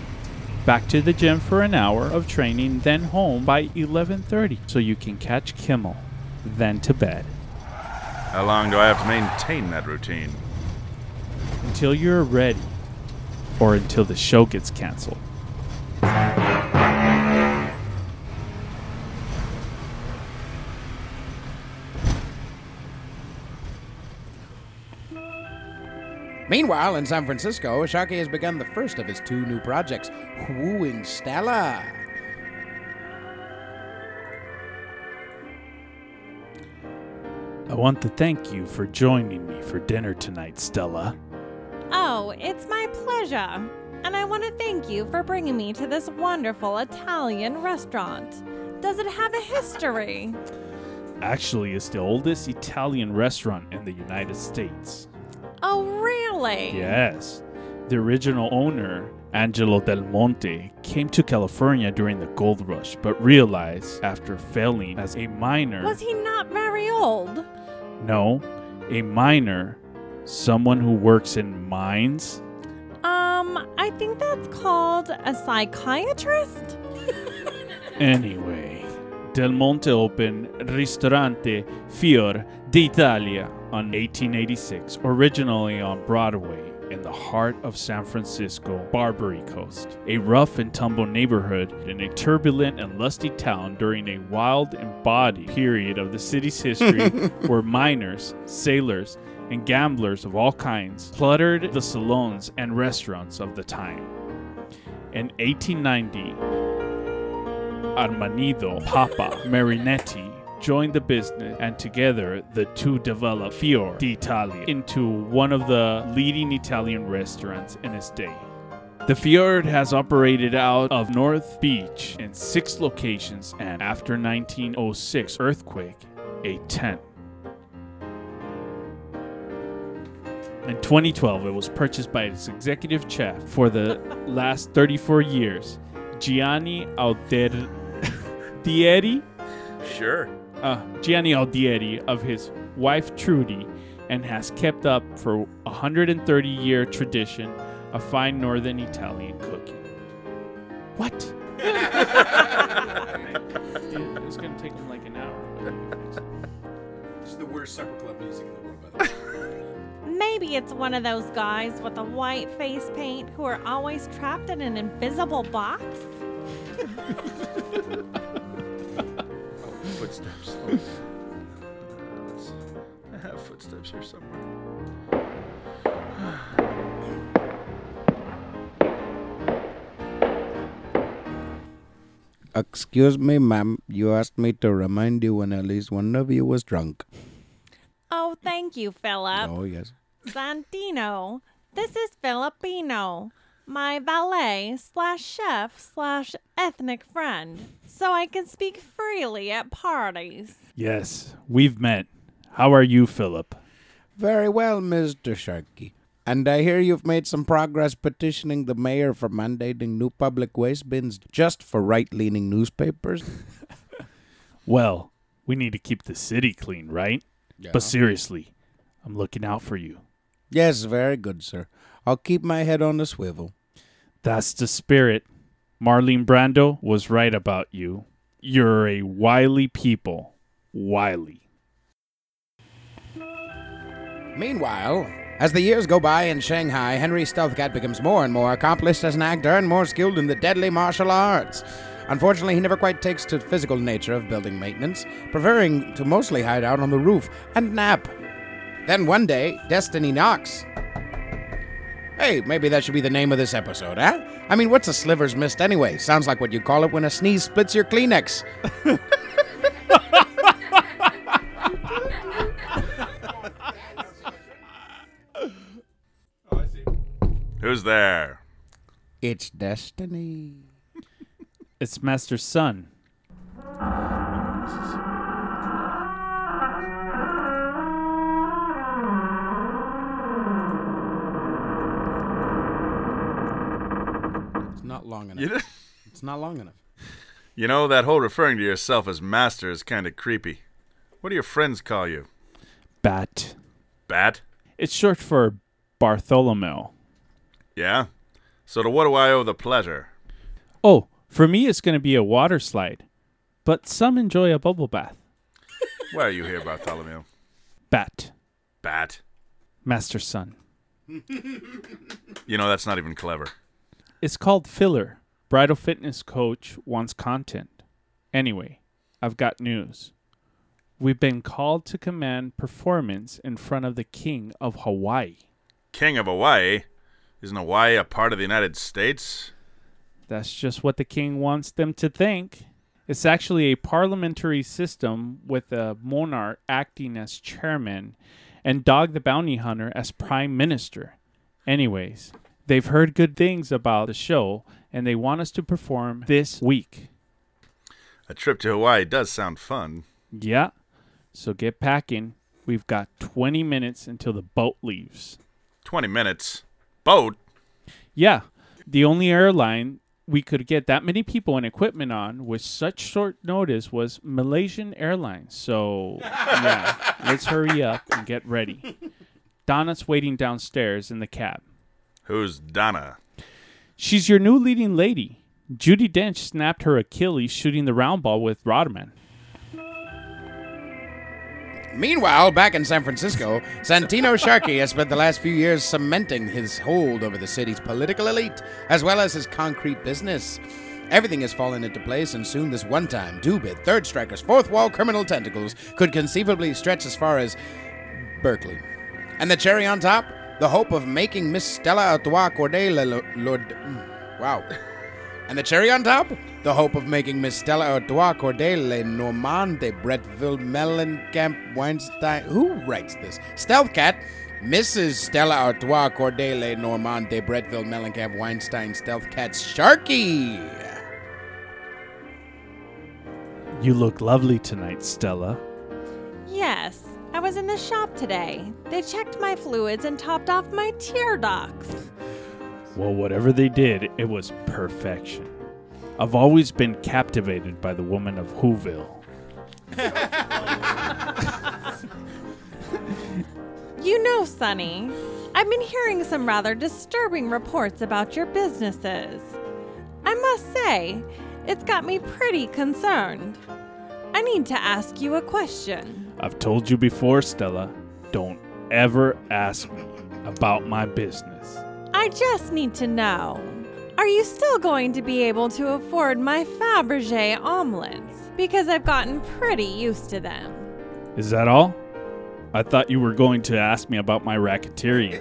[SPEAKER 6] back to the gym for an hour of training then home by 11.30 so you can catch kimmel then to bed
[SPEAKER 4] How long do I have to maintain that routine?
[SPEAKER 6] until you're ready or until the show gets canceled
[SPEAKER 3] Meanwhile, in San Francisco, Sharkey has begun the first of his two new projects, Woo and Stella.
[SPEAKER 5] I want to thank you for joining me for dinner tonight, Stella.
[SPEAKER 13] Oh, it's my pleasure. And I want to thank you for bringing me to this wonderful Italian restaurant. Does it have a history?
[SPEAKER 5] Actually, it's the oldest Italian restaurant in the United States.
[SPEAKER 13] Oh, really?
[SPEAKER 5] Yes. The original owner, Angelo Del Monte, came to California during the gold rush, but realized after failing as a miner.
[SPEAKER 13] Was he not very old?
[SPEAKER 5] No, a miner, someone who works in mines.
[SPEAKER 13] Um, I think that's called a psychiatrist.
[SPEAKER 5] Anyway, Del Monte opened Ristorante Fior d'Italia on 1886, originally on Broadway in the heart of San Francisco, Barbary Coast, a rough and tumble neighborhood in a turbulent and lusty town during a wild and bawdy period of the city's history where miners, sailors, and gamblers of all kinds cluttered the salons and restaurants of the time. In 1890, Armanido Papa Marinetti joined the business, and together the two developed Fior d'Italia into one of the leading Italian restaurants in its day. The Fiord has operated out of North Beach in six locations, and after 1906 earthquake, a 10. In 2012, it was purchased by its executive chef for the last 34 years, Gianni Alter- Dieri.
[SPEAKER 4] Sure.
[SPEAKER 5] Uh, Gianni Aldieri of his wife Trudy, and has kept up for a 130 year tradition of fine northern Italian cooking. What? it's gonna take them like an hour.
[SPEAKER 10] It's the worst supper club music in the world, by the way.
[SPEAKER 13] Maybe it's one of those guys with a white face paint who are always trapped in an invisible box.
[SPEAKER 4] Footsteps. Uh, let's- I have footsteps here somewhere.
[SPEAKER 3] Uh, Excuse me, ma'am. You asked me to remind you when at least one of you was drunk.
[SPEAKER 13] Oh, thank you, Philip.
[SPEAKER 3] Oh, yes.
[SPEAKER 13] Santino, this is Filipino, my valet slash chef slash ethnic friend, so I can speak freely at parties.
[SPEAKER 5] Yes, we've met. How are you, Philip?
[SPEAKER 3] Very well, Mr. Sharkey. And I hear you've made some progress petitioning the mayor for mandating new public waste bins just for right leaning newspapers.
[SPEAKER 5] Well, we need to keep the city clean, right?
[SPEAKER 3] Yeah.
[SPEAKER 5] But seriously, I'm looking out for you.
[SPEAKER 3] yes, very good, sir. I'll keep my head on the swivel.
[SPEAKER 5] That's the spirit. Marlene Brando was right about you. You're a wily people. Wily.
[SPEAKER 3] Meanwhile, as the years go by in Shanghai, Henry Stealthcat becomes more and more accomplished as an actor and more skilled in the deadly martial arts. Unfortunately, he never quite takes to the physical nature of building maintenance, preferring to mostly hide out on the roof and nap. Then one day, destiny knocks. Hey, maybe that should be the name of this episode, huh? I mean, what's a sliver's mist anyway? Sounds like what you call it when a sneeze splits your Kleenex.
[SPEAKER 4] Who's there?
[SPEAKER 3] It's destiny.
[SPEAKER 5] It's Master's son.
[SPEAKER 3] It's not long
[SPEAKER 4] You know-
[SPEAKER 3] enough. it's not long enough.
[SPEAKER 4] You know, that whole referring to yourself as master is kind of creepy. What do your friends call you?
[SPEAKER 5] Bat.
[SPEAKER 4] Bat?
[SPEAKER 5] It's short for Bartholomew.
[SPEAKER 4] Yeah? So to what do I owe the pleasure?
[SPEAKER 5] Oh, for me, it's going to be a water slide. But some enjoy a bubble bath.
[SPEAKER 4] Why are you here, Bartholomew?
[SPEAKER 5] Bat.
[SPEAKER 4] Bat.
[SPEAKER 5] Master's son.
[SPEAKER 4] You know, that's not even clever.
[SPEAKER 5] It's called Filler. Bridal Fitness Coach wants content. Anyway, I've got news. We've been called to command performance in front of the King of Hawaii.
[SPEAKER 4] King of Hawaii? Isn't Hawaii a part of the United States?
[SPEAKER 5] That's just what the King wants them to think. It's actually a parliamentary system with a monarch acting as chairman and Dog the Bounty Hunter as prime minister. Anyways, they've heard good things about the show and they want us to perform this week.
[SPEAKER 4] A trip to Hawaii does sound fun.
[SPEAKER 5] Yeah. So get packing. We've got 20 minutes until the boat leaves.
[SPEAKER 4] 20 minutes. Boat?
[SPEAKER 5] Yeah. The only airline we could get that many people and equipment on with such short notice was Malaysian Airlines. So, yeah, let's hurry up and get ready. Donna's waiting downstairs in the cab.
[SPEAKER 4] Who's Donna?
[SPEAKER 5] She's your new leading lady. Judy Dench snapped her Achilles shooting the round ball with Rodman.
[SPEAKER 3] Meanwhile, back in San Francisco, Santino Sharkey has spent the last few years cementing his hold over the city's political elite, as well as his concrete business. Everything has fallen into place, and soon this one time, two bit, third strikers, fourth wall criminal tentacles could conceivably stretch as far as Berkeley. And the cherry on top? The hope of making Miss Stella Artois Corday la Lo- Lord. mm, Wow. And the cherry on top? The hope of making Miss Stella Artois Cordele Normand de Bretville Mellencamp Weinstein. Who writes this? Stealth Cat. Mrs. Stella Artois Cordele Normand de Bretville Mellencamp Weinstein Stealth Cat Sharky.
[SPEAKER 5] You look lovely tonight, Stella.
[SPEAKER 13] Yes, I was in the shop today. They checked my fluids and topped off my tear ducts.
[SPEAKER 5] Well, whatever they did, it was perfection. I've always been captivated by the woman of Whoville.
[SPEAKER 13] You know, Sonny, I've been hearing some rather disturbing reports about your businesses. I must say, it's got me pretty concerned. I need to ask you a question.
[SPEAKER 5] I've told you before, Stella, don't ever ask me about my business.
[SPEAKER 13] I just need to know. Are you still going to be able to afford my Fabergé omelets? Because I've gotten pretty used to them.
[SPEAKER 5] Is that all? I thought you were going to ask me about my racketeering.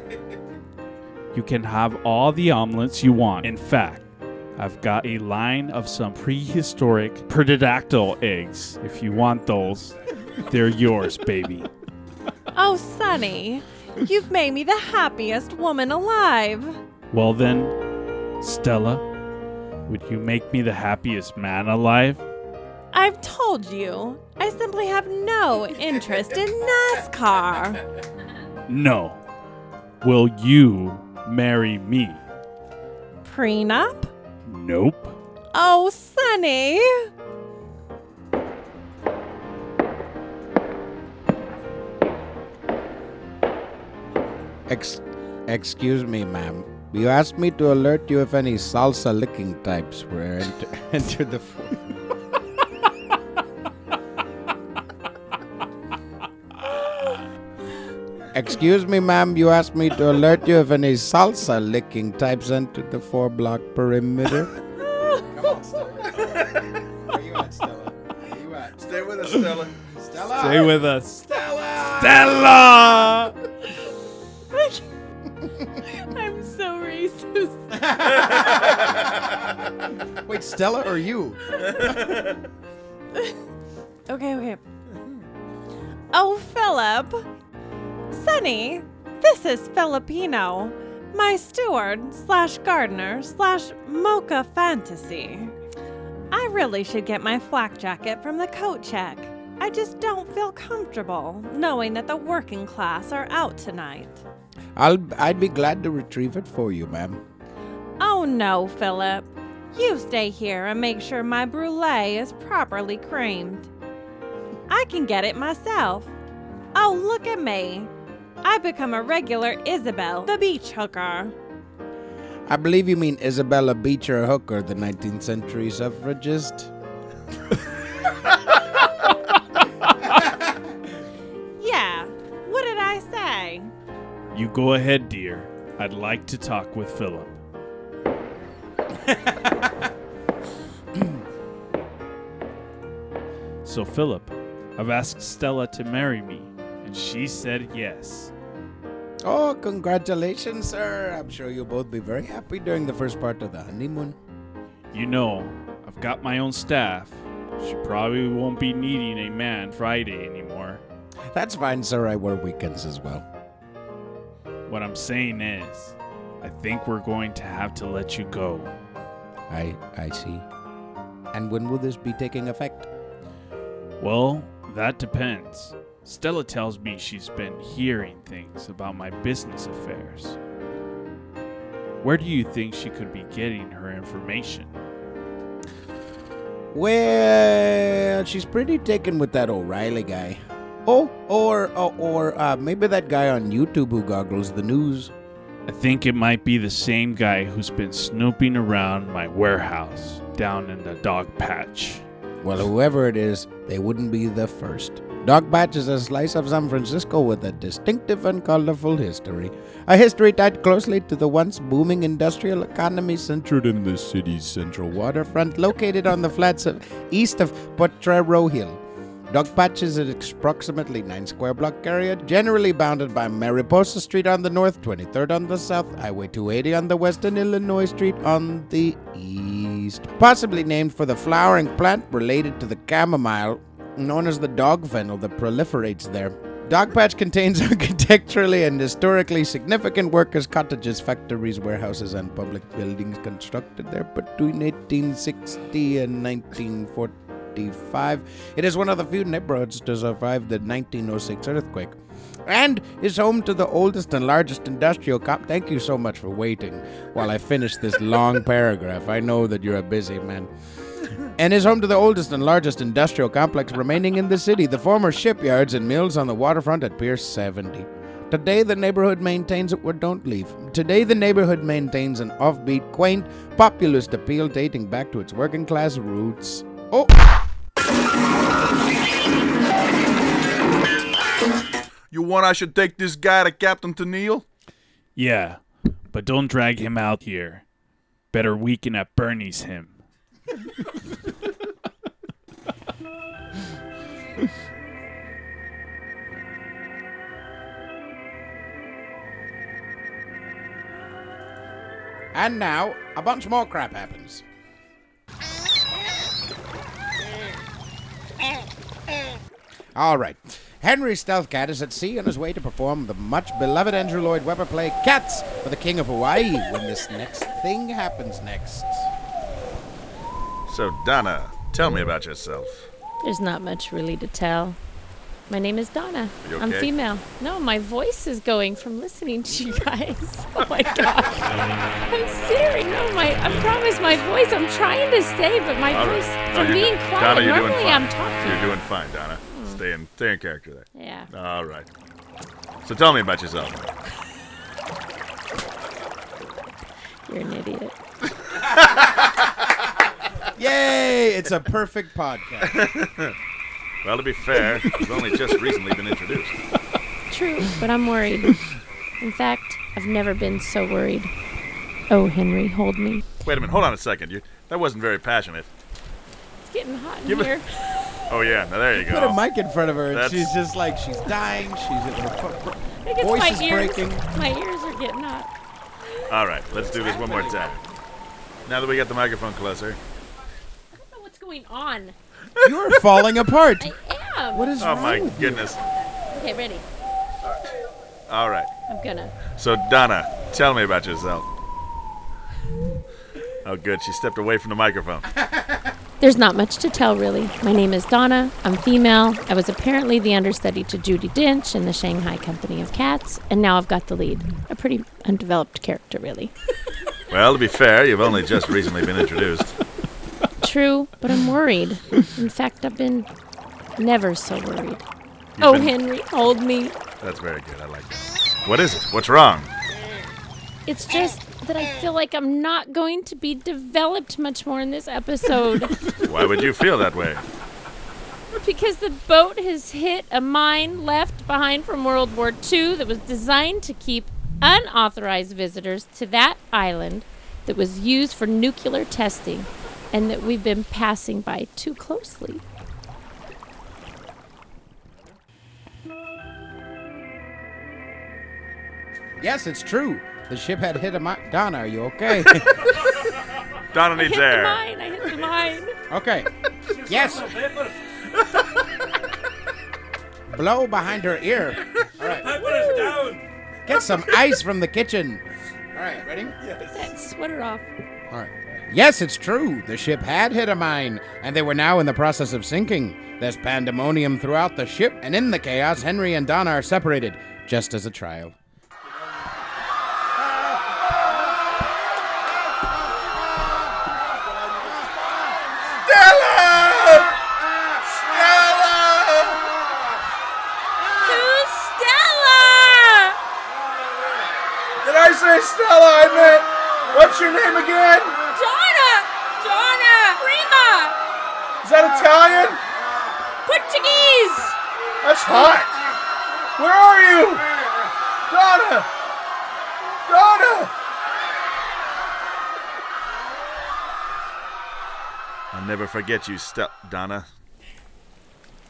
[SPEAKER 5] you can have all the omelets you want. In fact, I've got a line of some prehistoric pterodactyl eggs. If you want those, they're yours, baby.
[SPEAKER 13] Oh, Sonny, you've made me the happiest woman alive.
[SPEAKER 5] Well then, Stella, would you make me the happiest man alive?
[SPEAKER 13] I've told you, I simply have no interest in NASCAR.
[SPEAKER 5] No. Will you marry me?
[SPEAKER 13] Prenup?
[SPEAKER 5] Nope.
[SPEAKER 13] Oh, Sonny.
[SPEAKER 3] Ex- excuse me, ma'am. You asked me to alert you if any salsa licking types were ent- entered the. F- Excuse me, ma'am. You asked me to alert you if any salsa licking types entered the four block perimeter.
[SPEAKER 8] Come on,
[SPEAKER 3] Where you at, Stella? Where you at?
[SPEAKER 4] Stay with us, Stella. Stella.
[SPEAKER 5] Stay with us.
[SPEAKER 13] Stella!
[SPEAKER 5] Stella!
[SPEAKER 13] I'm so racist.
[SPEAKER 3] Wait, Stella or you?
[SPEAKER 13] okay, okay. Oh, Philip. Sonny, this is Filipino, my steward slash gardener slash mocha fantasy. I really should get my flak jacket from the coat check. I just don't feel comfortable knowing that the working class are out tonight.
[SPEAKER 3] I'll I'd be glad to retrieve it for you, ma'am.
[SPEAKER 13] Oh no, Philip. You stay here and make sure my brulee is properly creamed. I can get it myself. Oh, look at me. I've become a regular Isabel, the beach hooker.
[SPEAKER 3] I believe you mean Isabella Beecher Hooker, the 19th century suffragist.
[SPEAKER 13] Yeah, what did I say?
[SPEAKER 5] You go ahead, dear. I'd like to talk with Philip. so, Philip, I've asked Stella to marry me, and she said yes.
[SPEAKER 3] Oh, congratulations, sir. I'm sure you'll both be very happy during the first part of the honeymoon.
[SPEAKER 5] You know, I've got my own staff. She probably won't be needing a man Friday anymore.
[SPEAKER 3] That's fine, sir. I work weekends as well.
[SPEAKER 5] What I'm saying is, I think we're going to have to let you go.
[SPEAKER 3] I I see. And when will this be taking effect?
[SPEAKER 5] Well, that depends. Stella tells me she's been hearing things about my business affairs. Where do you think she could be getting her information?
[SPEAKER 3] Well, she's pretty taken with that O'Reilly guy. Oh, or or, or uh, maybe that guy on YouTube who goggles the news.
[SPEAKER 5] I think it might be the same guy who's been snooping around my warehouse down in the dog patch.
[SPEAKER 3] Well, whoever it is, they wouldn't be the first. Dog Patch is a slice of San Francisco with a distinctive and colorful history. A history tied closely to the once booming industrial economy centered in the city's central waterfront, located on the flats of, east of Potrero Hill. Dog Patch is an approximately 9 square block area, generally bounded by Mariposa Street on the north, 23rd on the south, Highway 280 on the west, and Illinois Street on the east. Possibly named for the flowering plant related to the chamomile, known as the dog fennel, that proliferates there. Dog Patch contains architecturally and historically significant workers' cottages, factories, warehouses, and public buildings constructed there between 1860 and 1940. 1955. It is one of the few neighborhoods to survive the 1906 earthquake and is home to the oldest and largest industrial comp. Thank you so much for waiting while I finish this long paragraph. I know that you're a busy man. And is home to the oldest and largest industrial complex remaining in the city, the former shipyards and mills on the waterfront at Pier 70. Today, the neighborhood maintains it. Well, don't leave. Today, the neighborhood maintains an offbeat, quaint, populist appeal dating back to its working class roots. Oh!
[SPEAKER 4] You want I should take this guy to Captain Tennille?
[SPEAKER 5] Yeah, but don't drag him out here. Better weaken at Bernie's him.
[SPEAKER 3] And now, a bunch more crap happens. All right. Henry Stealthcat is at sea on his way to perform the much beloved Andrew Lloyd Webber play Cats for the King of Hawaii when this next thing happens next.
[SPEAKER 4] So, Donna, tell me about yourself.
[SPEAKER 2] There's not much really to tell. My name is Donna.
[SPEAKER 4] You
[SPEAKER 2] I'm
[SPEAKER 4] okay?
[SPEAKER 2] female. No, my voice is going from listening to you guys. Oh my god. I'm serious. No, my I promise my voice. I'm trying to stay, but my
[SPEAKER 4] All right.
[SPEAKER 2] voice
[SPEAKER 4] No,
[SPEAKER 2] from
[SPEAKER 4] you're
[SPEAKER 2] being
[SPEAKER 4] good.
[SPEAKER 2] quiet.
[SPEAKER 4] Donna, you're
[SPEAKER 2] normally
[SPEAKER 4] doing fine.
[SPEAKER 2] I'm talking.
[SPEAKER 4] You're doing fine, Donna. Stay in, stay in character there.
[SPEAKER 2] Yeah.
[SPEAKER 4] All right. So tell me about yourself.
[SPEAKER 2] You're an idiot.
[SPEAKER 3] Yay! It's a perfect podcast.
[SPEAKER 4] Well, to be fair, I've only just recently been introduced.
[SPEAKER 2] True, but I'm worried. In fact, I've never been so worried. Oh, Henry, hold me.
[SPEAKER 4] Wait a minute. Hold on a second. You, that wasn't very passionate.
[SPEAKER 2] It's getting hot in
[SPEAKER 4] Give it-
[SPEAKER 2] here.
[SPEAKER 4] Oh yeah. Now there you go.
[SPEAKER 3] Put a mic in front of her, and
[SPEAKER 4] That's-
[SPEAKER 3] she's just like she's dying. She's her
[SPEAKER 2] I think it's
[SPEAKER 3] voice
[SPEAKER 2] my
[SPEAKER 3] is
[SPEAKER 2] ears.
[SPEAKER 3] breaking.
[SPEAKER 2] My ears are getting hot.
[SPEAKER 4] All right. Let's do this one more time. Now that we got the microphone closer.
[SPEAKER 2] What's going on?
[SPEAKER 3] You're falling apart.
[SPEAKER 2] Am.
[SPEAKER 3] Um, What
[SPEAKER 4] oh my goodness.
[SPEAKER 2] Okay, ready.
[SPEAKER 4] All right.
[SPEAKER 2] I'm gonna.
[SPEAKER 4] So Donna, tell me about yourself. Oh, good. She stepped away from the microphone.
[SPEAKER 2] There's not much to tell, really. My name is Donna. I'm female. I was apparently the understudy to Judy Dench in the Shanghai Company of Cats, and now I've got the lead. A pretty undeveloped character, really.
[SPEAKER 4] Well, to be fair, you've only just recently been introduced.
[SPEAKER 2] True, but I'm worried. In fact, I've been never so worried. oh,
[SPEAKER 4] been-
[SPEAKER 2] Henry, hold me.
[SPEAKER 4] That's very good. I like that. What is it? What's wrong?
[SPEAKER 2] It's just that I feel like I'm not going to be developed much more in this episode.
[SPEAKER 4] Why would you feel that way?
[SPEAKER 2] Because the boat has hit a mine left behind from World War II that was designed to keep unauthorized visitors to that island that was used for nuclear testing and that we've been passing by too closely.
[SPEAKER 3] Yes, it's true. The ship had hit a mine. Donna, are you okay?
[SPEAKER 4] Donna needs air.
[SPEAKER 2] Mine, I hit the mine.
[SPEAKER 3] Okay. yes. Blow behind her ear. Get some ice from the kitchen. All right, ready?
[SPEAKER 2] Yes. That sweater off.
[SPEAKER 3] All right. Yes, it's true. The ship had hit a mine, and they were now in the process of sinking. There's pandemonium throughout the ship, and in the chaos, Henry and Donna are separated, just as a trial.
[SPEAKER 4] Stella! Stella!
[SPEAKER 2] Who's Stella?
[SPEAKER 4] Did I say Stella? I meant. What's your name again?
[SPEAKER 2] Donna! Donna! Prima!
[SPEAKER 4] Is that Italian?
[SPEAKER 2] Portuguese!
[SPEAKER 4] That's hot. Where are you? Donna! Donna! I'll never forget you, Step Donna.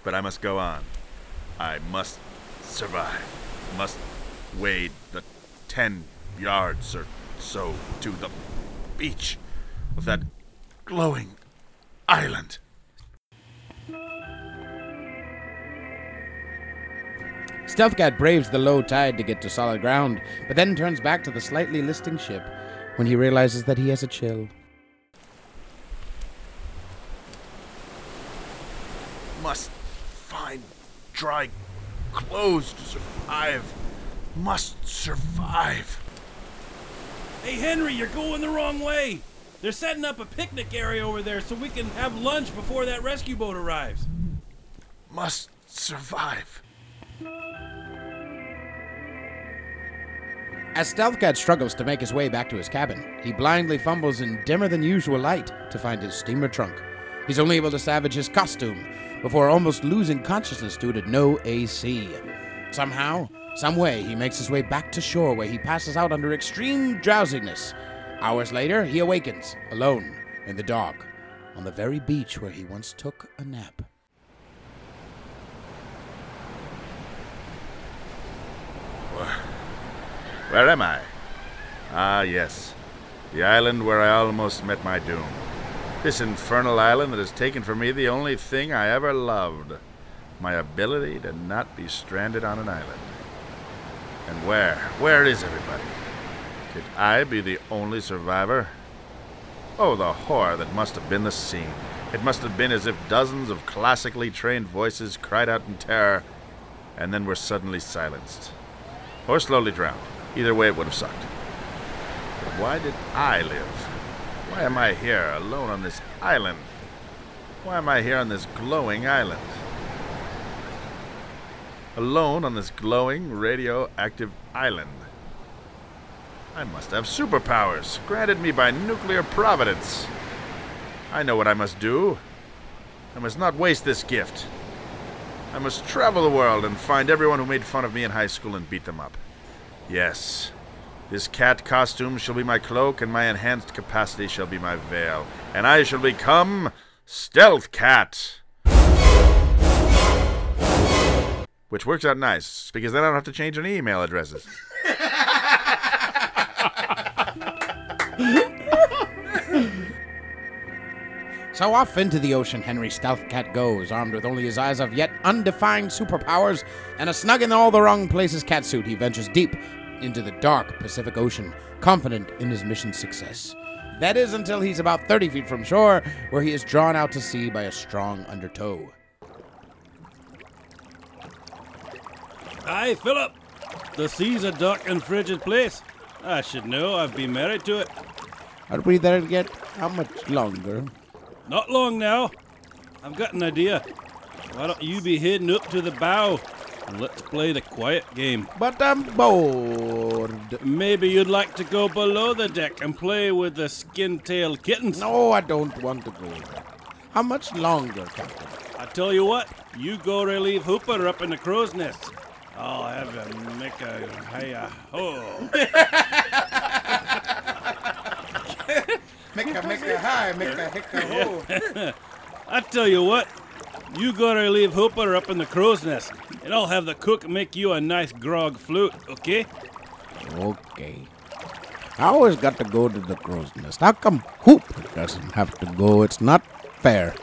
[SPEAKER 4] But I must go on. I must survive. Must wade the ten yards or so to the beach of that glowing island.
[SPEAKER 3] Stealthcat braves the low tide to get to solid ground, but then turns back to the slightly listing ship when he realizes that he has a chill.
[SPEAKER 4] Must find dry clothes to survive. Must survive.
[SPEAKER 6] Hey, Henry, you're going the wrong way. They're setting up a picnic area over there so we can have lunch before that rescue boat arrives.
[SPEAKER 4] Must survive.
[SPEAKER 3] As Stealthcat struggles to make his way back to his cabin, he blindly fumbles in dimmer than usual light to find his steamer trunk. He's only able to salvage his costume before almost losing consciousness due to no AC. Somehow, some way, he makes his way back to shore where he passes out under extreme drowsiness. Hours later, he awakens, alone, in the dark, on the very beach where he once took a nap.
[SPEAKER 4] Where am I? Ah, yes. The island where I almost met my doom. This infernal island that has taken from me the only thing I ever loved. my ability to not be stranded on an island. And where? Where is everybody? Could I be the only survivor? Oh, the horror that must have been the scene. It must have been as if dozens of classically trained voices cried out in terror and then were suddenly silenced. Or slowly drowned. Either way, it would have sucked. But why did I live? Why am I here alone on this island? Why am I here on this glowing island? Alone on this glowing radioactive island. I must have superpowers granted me by nuclear providence. I know what I must do. I must not waste this gift. I must travel the world and find everyone who made fun of me in high school and beat them up. Yes, this cat costume shall be my cloak, and my enhanced capacity shall be my veil, and I shall become Stealth Cat. Which works out nice, because then I don't have to change any email addresses.
[SPEAKER 3] So off into the ocean, Henry Stealthcat goes, armed with only his eyes of yet undefined superpowers and a snug in all the wrong places catsuit. He ventures deep into the dark Pacific Ocean, confident in his mission's success. That is until he's about 30 feet from shore, where he is drawn out to sea by a strong undertow.
[SPEAKER 12] Aye, Philip. The sea's a dark and frigid place. I should know. I've been married to it.
[SPEAKER 3] Are we there yet? How much longer?
[SPEAKER 12] Not long now. I've got an idea. Why don't you be heading up to the bow and let's play the quiet game?
[SPEAKER 3] But I'm bored.
[SPEAKER 12] Maybe you'd like to go below the deck and play with the skin tailed kittens.
[SPEAKER 3] No, I don't want to go there. How much longer, Captain?
[SPEAKER 12] I tell you what, you go relieve Hooper up in the crow's nest. I'll have him make a hiya ho.
[SPEAKER 3] Make a make a high, make a hick a ho.
[SPEAKER 12] I tell you what, you go relieve Hooper up in the crow's nest, and I'll have the cook make you a nice grog flute, okay?
[SPEAKER 3] Okay. I always got to go to the crow's nest. How come Hoop doesn't have to go? It's not fair.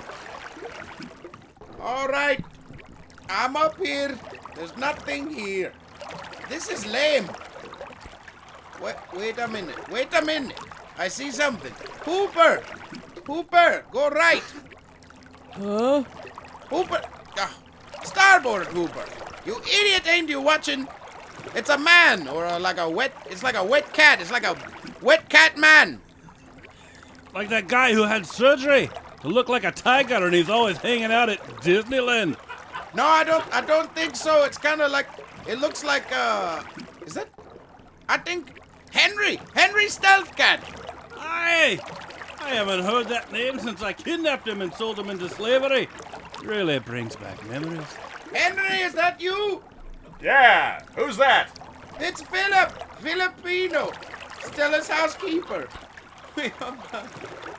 [SPEAKER 3] All right. I'm up here. There's nothing here. This is lame. Wait, wait a minute. Wait a minute. I see something. Hooper! Hooper, go right. Huh? Hooper! Ah, starboard, Hooper. You idiot! Ain't you watching? It's a man, or uh like a wet. It's like a wet cat. It's like a wet cat man.
[SPEAKER 12] Like that guy who had surgery to look like a tiger and he's always hanging out at Disneyland.
[SPEAKER 3] No, I don't. I don't think so. It's kind of like it looks like. Uh, is that? I think Henry. Henry Stealthcat.
[SPEAKER 12] Aye. I haven't heard that name since I kidnapped him and sold him into slavery. Really brings back memories.
[SPEAKER 3] Henry, is that you?
[SPEAKER 4] Yeah. Who's that?
[SPEAKER 3] It's Philip. Filipino. Stella's housekeeper. We all thought-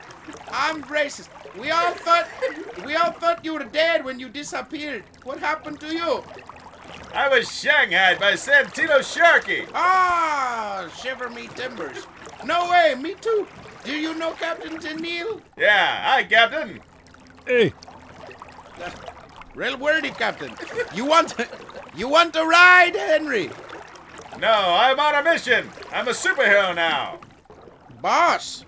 [SPEAKER 3] I'm racist. We all thought we all thought you were dead when you disappeared. What happened to you?
[SPEAKER 4] I was shanghaied by Santino Sharkey.
[SPEAKER 3] Ah, shiver me timbers. No way, me too. Do you know Captain Tennille?
[SPEAKER 4] Yeah. Hi, Captain.
[SPEAKER 12] Hey.
[SPEAKER 3] Real wordy, Captain. You want you want a ride, Henry?
[SPEAKER 4] No, I'm on a mission. I'm a superhero now.
[SPEAKER 3] Boss.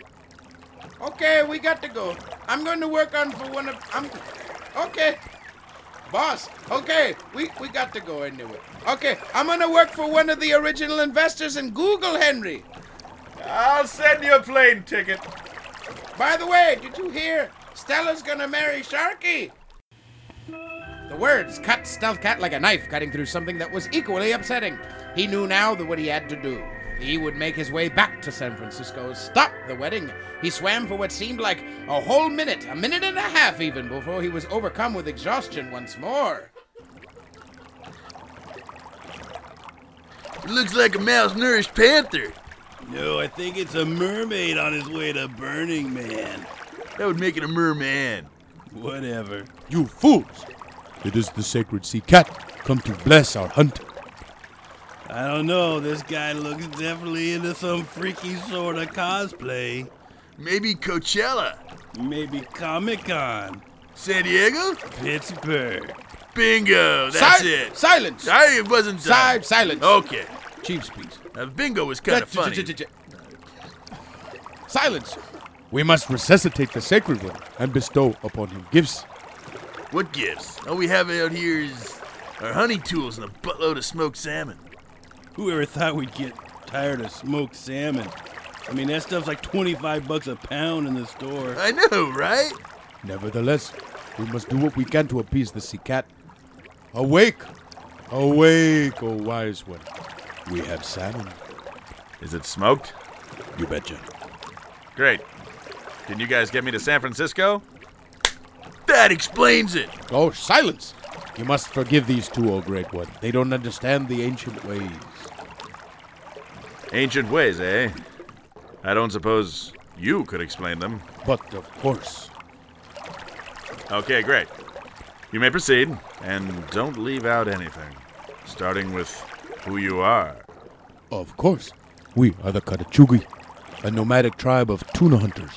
[SPEAKER 3] Okay, we got to go. I'm going to work on for one of I'm Okay. Boss, okay, we, we got to go anyway. Okay, I'm gonna work for one of the original investors in Google, Henry.
[SPEAKER 4] I'll send you a plane ticket.
[SPEAKER 3] By the way, did you hear? Stella's gonna marry Sharky. The words cut Stealth Cat like a knife, cutting through something that was equally upsetting. He knew now that what he had to do. He would make his way back to San Francisco, stop the wedding. He swam for what seemed like a whole minute, a minute and a half even, before he was overcome with exhaustion once more.
[SPEAKER 12] Looks like a malnourished panther. No, I think it's a mermaid on his way to Burning Man. That would make it a merman. Whatever.
[SPEAKER 15] You fools! It is the sacred sea cat come to bless our hunt.
[SPEAKER 12] I don't know. This guy looks definitely into some freaky sort of cosplay. Maybe Coachella. Maybe Comic Con. San Diego? Pittsburgh.
[SPEAKER 4] Bingo. That's
[SPEAKER 16] Si-
[SPEAKER 4] it.
[SPEAKER 16] Silence.
[SPEAKER 4] I wasn't done.
[SPEAKER 16] Si- silence.
[SPEAKER 4] Okay.
[SPEAKER 16] Chiefs, please.
[SPEAKER 4] Now, bingo was kind
[SPEAKER 16] That-
[SPEAKER 4] of funny.
[SPEAKER 16] j- j- j- Silence.
[SPEAKER 15] We must resuscitate the sacred one and bestow upon him gifts.
[SPEAKER 4] What gifts? All we have out here is our honey tools and a buttload of smoked salmon.
[SPEAKER 12] Whoever thought we'd get tired of smoked salmon? I mean, that stuff's like 25 bucks a pound in the store.
[SPEAKER 4] I know, right?
[SPEAKER 15] Nevertheless, we must do what we can to appease the sea cat. Awake! Awake, O wise one. We have salmon.
[SPEAKER 4] Is it smoked?
[SPEAKER 15] You betcha.
[SPEAKER 4] Great. Can you guys get me to San Francisco? That explains it.
[SPEAKER 15] Oh, silence! You must forgive these two, O great one. They don't understand the ancient ways.
[SPEAKER 4] Ancient ways, eh? I don't suppose you could explain them.
[SPEAKER 15] But of course.
[SPEAKER 4] Okay, great. You may proceed, and don't leave out anything, starting with who you are.
[SPEAKER 15] Of course. We are the Karachugi, a nomadic tribe of tuna hunters.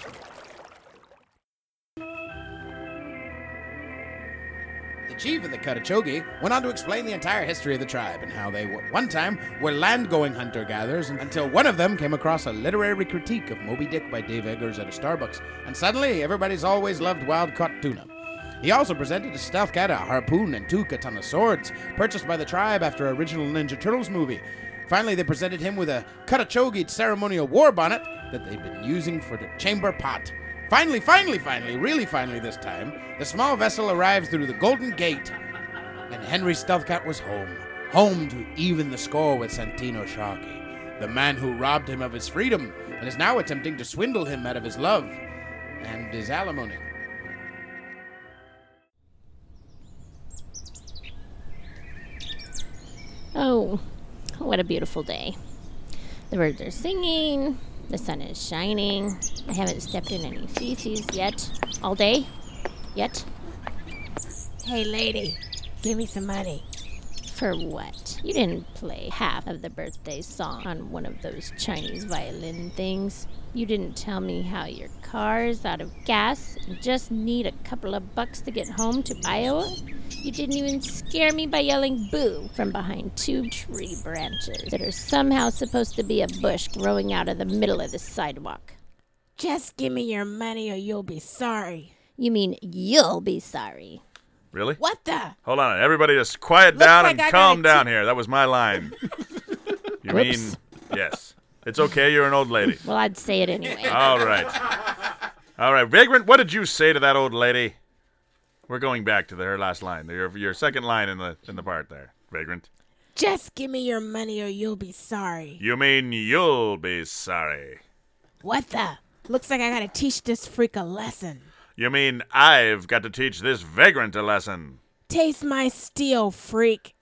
[SPEAKER 3] The chief of the Karachogi went on to explain the entire history of the tribe and how they, were, one time, were land-going hunter-gatherers until one of them came across a literary critique of Moby Dick by Dave Eggers at a Starbucks, and suddenly everybody's always loved wild-caught tuna. He also presented a stuffed cat, a harpoon, and two katana swords purchased by the tribe after original Ninja Turtles movie. Finally, they presented him with a Karachogi ceremonial war bonnet that they'd been using for the chamber pot. Finally, finally, finally, really finally this time, the small vessel arrives through the Golden Gate, and Henry Stuffcat was home. Home to even the score with Santino Sharkey, the man who robbed him of his freedom and is now attempting to swindle him out of his love and his alimony.
[SPEAKER 17] Oh, what a beautiful day. The birds are singing, the sun is shining. I haven't stepped in any feces yet. All day? Yet?
[SPEAKER 9] Hey, lady, give me some money.
[SPEAKER 17] For what? You didn't play half of the birthday song on one of those Chinese violin things. You didn't tell me how your car is out of gas and just need a couple of bucks to get home to Iowa. You didn't even scare me by yelling boo from behind two tree branches that are somehow supposed to be a bush growing out of the middle of the sidewalk.
[SPEAKER 9] Just give me your money or you'll be sorry.
[SPEAKER 17] You mean you'll be sorry?
[SPEAKER 4] Really?
[SPEAKER 9] What the?
[SPEAKER 4] Hold on, everybody just quiet
[SPEAKER 9] Looks
[SPEAKER 4] down
[SPEAKER 9] like
[SPEAKER 4] and
[SPEAKER 9] I got
[SPEAKER 4] calm
[SPEAKER 9] a
[SPEAKER 4] down
[SPEAKER 9] t-
[SPEAKER 4] here. That was my line. you mean, yes. It's okay, you're an old lady.
[SPEAKER 17] Well, I'd say it anyway.
[SPEAKER 4] All right. All right, Vagrant, what did you say to that old lady? We're going back to the, her last line, your, your second line in the, in the part there, Vagrant.
[SPEAKER 9] Just give me your money or you'll be sorry.
[SPEAKER 4] You mean you'll be sorry.
[SPEAKER 9] What the? Looks like I gotta teach this freak a lesson.
[SPEAKER 4] You mean I've got to teach this vagrant a lesson.
[SPEAKER 9] Taste my steel, freak.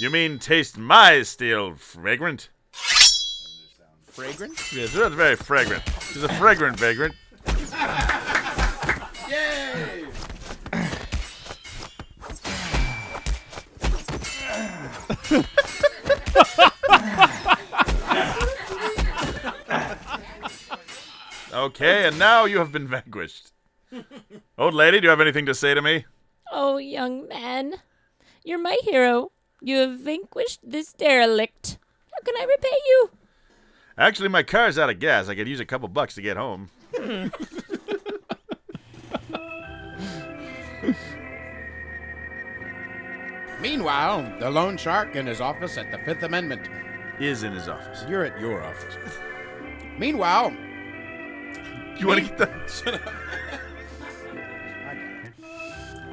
[SPEAKER 4] You mean taste my steel, fragrant?
[SPEAKER 3] Fragrant?
[SPEAKER 4] Yes, that's very fragrant. He's a fragrant vagrant.
[SPEAKER 3] Yay!
[SPEAKER 4] Okay, and now you have been vanquished. Old lady, do you have anything to say to me?
[SPEAKER 17] Oh, young man, you're my hero. You have vanquished this derelict. How can I repay you?
[SPEAKER 4] Actually, my car's out of gas. I could use a couple bucks to get home.
[SPEAKER 17] Hmm.
[SPEAKER 3] Meanwhile, the loan shark in his office at the Fifth Amendment.
[SPEAKER 4] Is in his office.
[SPEAKER 3] You're at your office. Meanwhile,
[SPEAKER 4] you want to get the.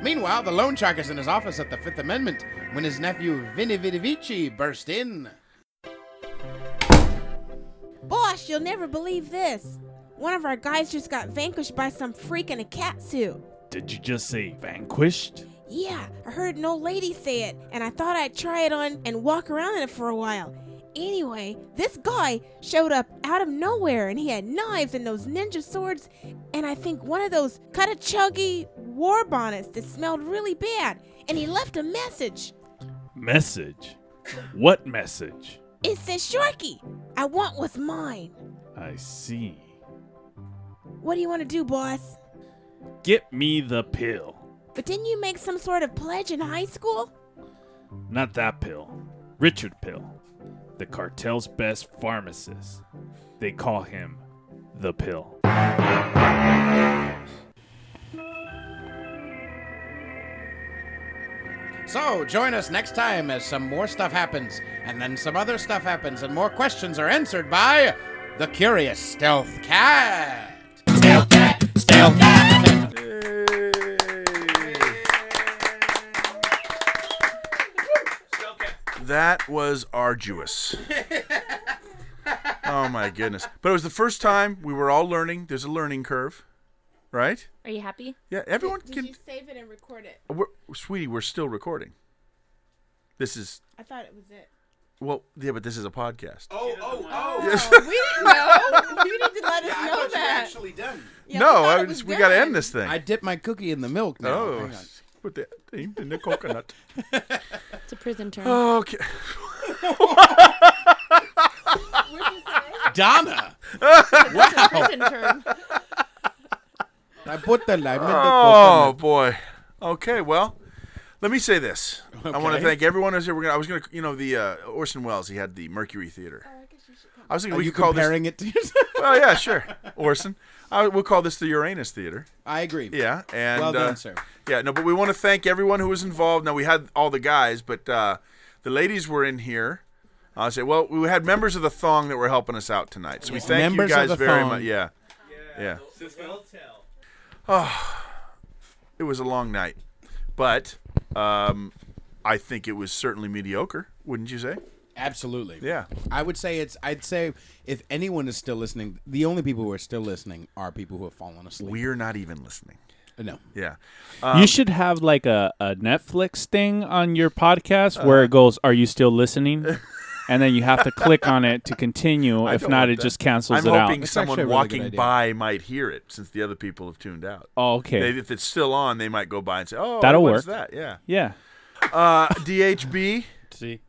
[SPEAKER 3] Meanwhile, the loan shark is in his office at the Fifth Amendment when his nephew Vinny Vitivici burst in.
[SPEAKER 9] Boss, you'll never believe this. One of our guys just got vanquished by some freak in a catsuit.
[SPEAKER 5] Did you just say vanquished?
[SPEAKER 9] Yeah, I heard an old lady say it, and I thought I'd try it on and walk around in it for a while. Anyway, this guy showed up out of nowhere, and he had knives and those ninja swords, and I think one of those Katachuggy war bonnets that smelled really bad, and he left a message.
[SPEAKER 5] Message? What message?
[SPEAKER 9] It says, Sharky, I want what's mine.
[SPEAKER 5] I see.
[SPEAKER 9] What do you want to do, boss?
[SPEAKER 5] Get me the pill.
[SPEAKER 9] But didn't you make some sort of pledge in high school?
[SPEAKER 5] Not that pill. Richard Pill. The cartel's best pharmacist. They call him the pill.
[SPEAKER 3] So join us next time as some more stuff happens, and then some other stuff happens, and more questions are answered by the curious stealth cat. Stealth cat, stealth cat.
[SPEAKER 4] That was arduous. oh my goodness! But it was the first time we were all learning. There's a learning curve, right?
[SPEAKER 2] Are you happy?
[SPEAKER 4] Yeah, everyone
[SPEAKER 9] Did
[SPEAKER 4] can.
[SPEAKER 9] you save it and record it?
[SPEAKER 4] We're, sweetie, we're still recording. This is
[SPEAKER 9] I thought it was it.
[SPEAKER 4] well, yeah, but this is a podcast.
[SPEAKER 9] Oh, oh, oh!
[SPEAKER 4] Yes.
[SPEAKER 9] we didn't know. You need to let us
[SPEAKER 18] Yeah, I
[SPEAKER 9] know
[SPEAKER 18] thought you
[SPEAKER 9] that.
[SPEAKER 18] actually done.
[SPEAKER 4] no, I was- we got to end this thing.
[SPEAKER 3] I dipped my cookie in the milk now.
[SPEAKER 4] Oh,
[SPEAKER 3] Hang on.
[SPEAKER 4] put that in the coconut.
[SPEAKER 2] It's a prison term.
[SPEAKER 4] Okay.
[SPEAKER 3] Donna.
[SPEAKER 2] Wow. prison term.
[SPEAKER 3] I put the lime in the
[SPEAKER 4] Oh
[SPEAKER 3] coconut.
[SPEAKER 4] boy. Okay. Well, let me say this. I want to
[SPEAKER 3] Okay.
[SPEAKER 4] thank everyone who's here. We're gonna. I was gonna. You know the uh, Orson Welles. He had the Mercury Theater. I was thinking
[SPEAKER 3] Are
[SPEAKER 4] we
[SPEAKER 3] you
[SPEAKER 4] could call
[SPEAKER 3] comparing
[SPEAKER 4] this,
[SPEAKER 3] it to yours?
[SPEAKER 4] well, yeah, sure, Orson. I, we'll call this the Uranus Theater.
[SPEAKER 3] I agree.
[SPEAKER 4] Yeah, and
[SPEAKER 3] Well done,
[SPEAKER 4] uh,
[SPEAKER 3] sir.
[SPEAKER 4] Yeah, no, but we want to thank everyone who was involved. Now we had all the guys, but uh, the ladies were in here. I say, well, we had members of the thong that were helping us out tonight, so we
[SPEAKER 3] Yeah.
[SPEAKER 4] thank
[SPEAKER 3] Members
[SPEAKER 4] you
[SPEAKER 3] of
[SPEAKER 4] guys
[SPEAKER 3] the
[SPEAKER 4] very
[SPEAKER 3] thong.
[SPEAKER 4] much. Yeah, yeah. Oh, it was a long night, but um, I think it was certainly mediocre. Wouldn't you say?
[SPEAKER 3] Absolutely.
[SPEAKER 4] Yeah.
[SPEAKER 3] I would say it's. I'd say if anyone is still listening, the only people who are still listening are people who have fallen asleep. Uh,
[SPEAKER 4] We're not even listening.
[SPEAKER 3] No.
[SPEAKER 4] Yeah. Um,
[SPEAKER 5] you should have like a, a Netflix thing on your podcast where it
[SPEAKER 4] Uh-huh.
[SPEAKER 5] goes, Are you still listening? and then you have to click on it to continue.
[SPEAKER 4] I
[SPEAKER 5] If
[SPEAKER 4] don't
[SPEAKER 5] not,
[SPEAKER 4] want
[SPEAKER 5] it
[SPEAKER 4] that.
[SPEAKER 5] just cancels
[SPEAKER 4] I'm
[SPEAKER 5] it out.
[SPEAKER 4] hoping someone walking by might hear it since the other people have tuned out.
[SPEAKER 5] Oh, okay.
[SPEAKER 4] They, if it's still on, they might go by and say, "Oh,
[SPEAKER 5] That'll
[SPEAKER 4] what's
[SPEAKER 5] work.
[SPEAKER 4] That yeah,
[SPEAKER 5] Yeah.
[SPEAKER 4] Uh, DHB.
[SPEAKER 5] See.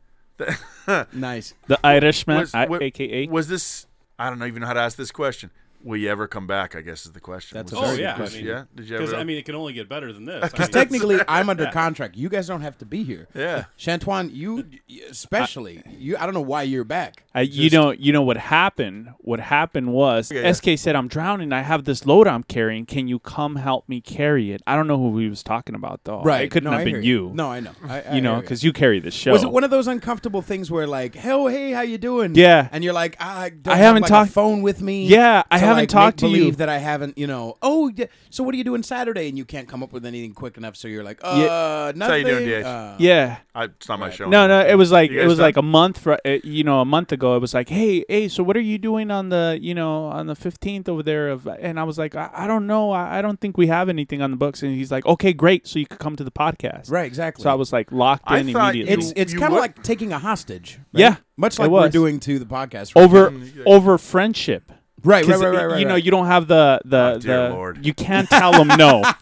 [SPEAKER 3] nice.
[SPEAKER 5] The Irishman, I-
[SPEAKER 4] aka. Was this? I don't even know how to ask this question. Will you ever come back? I guess is the question.
[SPEAKER 3] That's
[SPEAKER 12] Oh,
[SPEAKER 4] Was
[SPEAKER 3] a very
[SPEAKER 4] this-
[SPEAKER 3] good
[SPEAKER 4] yeah.
[SPEAKER 3] question. Uh,
[SPEAKER 4] Yeah. Did you
[SPEAKER 6] Because
[SPEAKER 4] ever?
[SPEAKER 6] I mean, it can only get better than this. I
[SPEAKER 3] Because
[SPEAKER 6] mean-
[SPEAKER 3] technically, I'm under contract. You guys don't have to be here.
[SPEAKER 4] Yeah.
[SPEAKER 3] Chantuan, you especially. you. I don't know why you're back.
[SPEAKER 5] I, you know, you know what happened. What happened was
[SPEAKER 3] Yeah, yeah.
[SPEAKER 5] SK said, "I'm drowning. I have this load I'm carrying. Can you come help me carry it?" I don't know who he was talking about though.
[SPEAKER 3] Right.
[SPEAKER 5] It couldn't
[SPEAKER 3] No,
[SPEAKER 5] have
[SPEAKER 3] I
[SPEAKER 5] been
[SPEAKER 3] hear
[SPEAKER 5] you.
[SPEAKER 3] you. No, I know. I- I
[SPEAKER 5] you know,
[SPEAKER 3] hear you.
[SPEAKER 5] because you carry the show.
[SPEAKER 3] Was it one of those uncomfortable things where like, "Hell, hey, how you doing?"
[SPEAKER 5] Yeah.
[SPEAKER 3] and you're like, "I, don't
[SPEAKER 5] I
[SPEAKER 3] have,
[SPEAKER 5] haven't
[SPEAKER 3] like,
[SPEAKER 5] talked-
[SPEAKER 3] a phone with me."
[SPEAKER 5] Yeah, I
[SPEAKER 3] to,
[SPEAKER 5] haven't
[SPEAKER 3] like,
[SPEAKER 5] talked
[SPEAKER 3] make
[SPEAKER 5] to you.
[SPEAKER 3] believe that I haven't. You know, oh, yeah, so what are you doing Saturday? And you can't come up with anything quick enough, so you're like, "Uh, nothing."
[SPEAKER 4] That's how you doing, DH?
[SPEAKER 3] Uh,
[SPEAKER 5] yeah.
[SPEAKER 4] I, it's not my show.
[SPEAKER 5] No, no,
[SPEAKER 4] anymore.
[SPEAKER 5] it was like
[SPEAKER 4] You
[SPEAKER 5] it
[SPEAKER 4] guys
[SPEAKER 5] was
[SPEAKER 4] done?
[SPEAKER 5] like a month for uh, you know a month ago. It was like, hey, hey, so what are you doing on the you know on the fifteenth over there? Of and I was like, I, I don't know, I, I don't think we have anything on the books. And he's like, okay, great, so you could come to the podcast,
[SPEAKER 3] Right, exactly.
[SPEAKER 5] So I was like locked in immediately.
[SPEAKER 3] It's it's kind of like taking a hostage. right?
[SPEAKER 5] Yeah,
[SPEAKER 3] much
[SPEAKER 5] it
[SPEAKER 3] like we're
[SPEAKER 5] was.
[SPEAKER 3] doing to the podcast right
[SPEAKER 5] over
[SPEAKER 3] now.
[SPEAKER 5] over friendship.
[SPEAKER 3] Right, right,
[SPEAKER 5] 'Cause,
[SPEAKER 3] right, right,
[SPEAKER 5] You
[SPEAKER 3] right,
[SPEAKER 5] know,
[SPEAKER 3] right.
[SPEAKER 5] you don't have the
[SPEAKER 4] Oh,
[SPEAKER 5] the,
[SPEAKER 3] dear
[SPEAKER 5] the
[SPEAKER 3] Lord.
[SPEAKER 5] you can't tell them no. so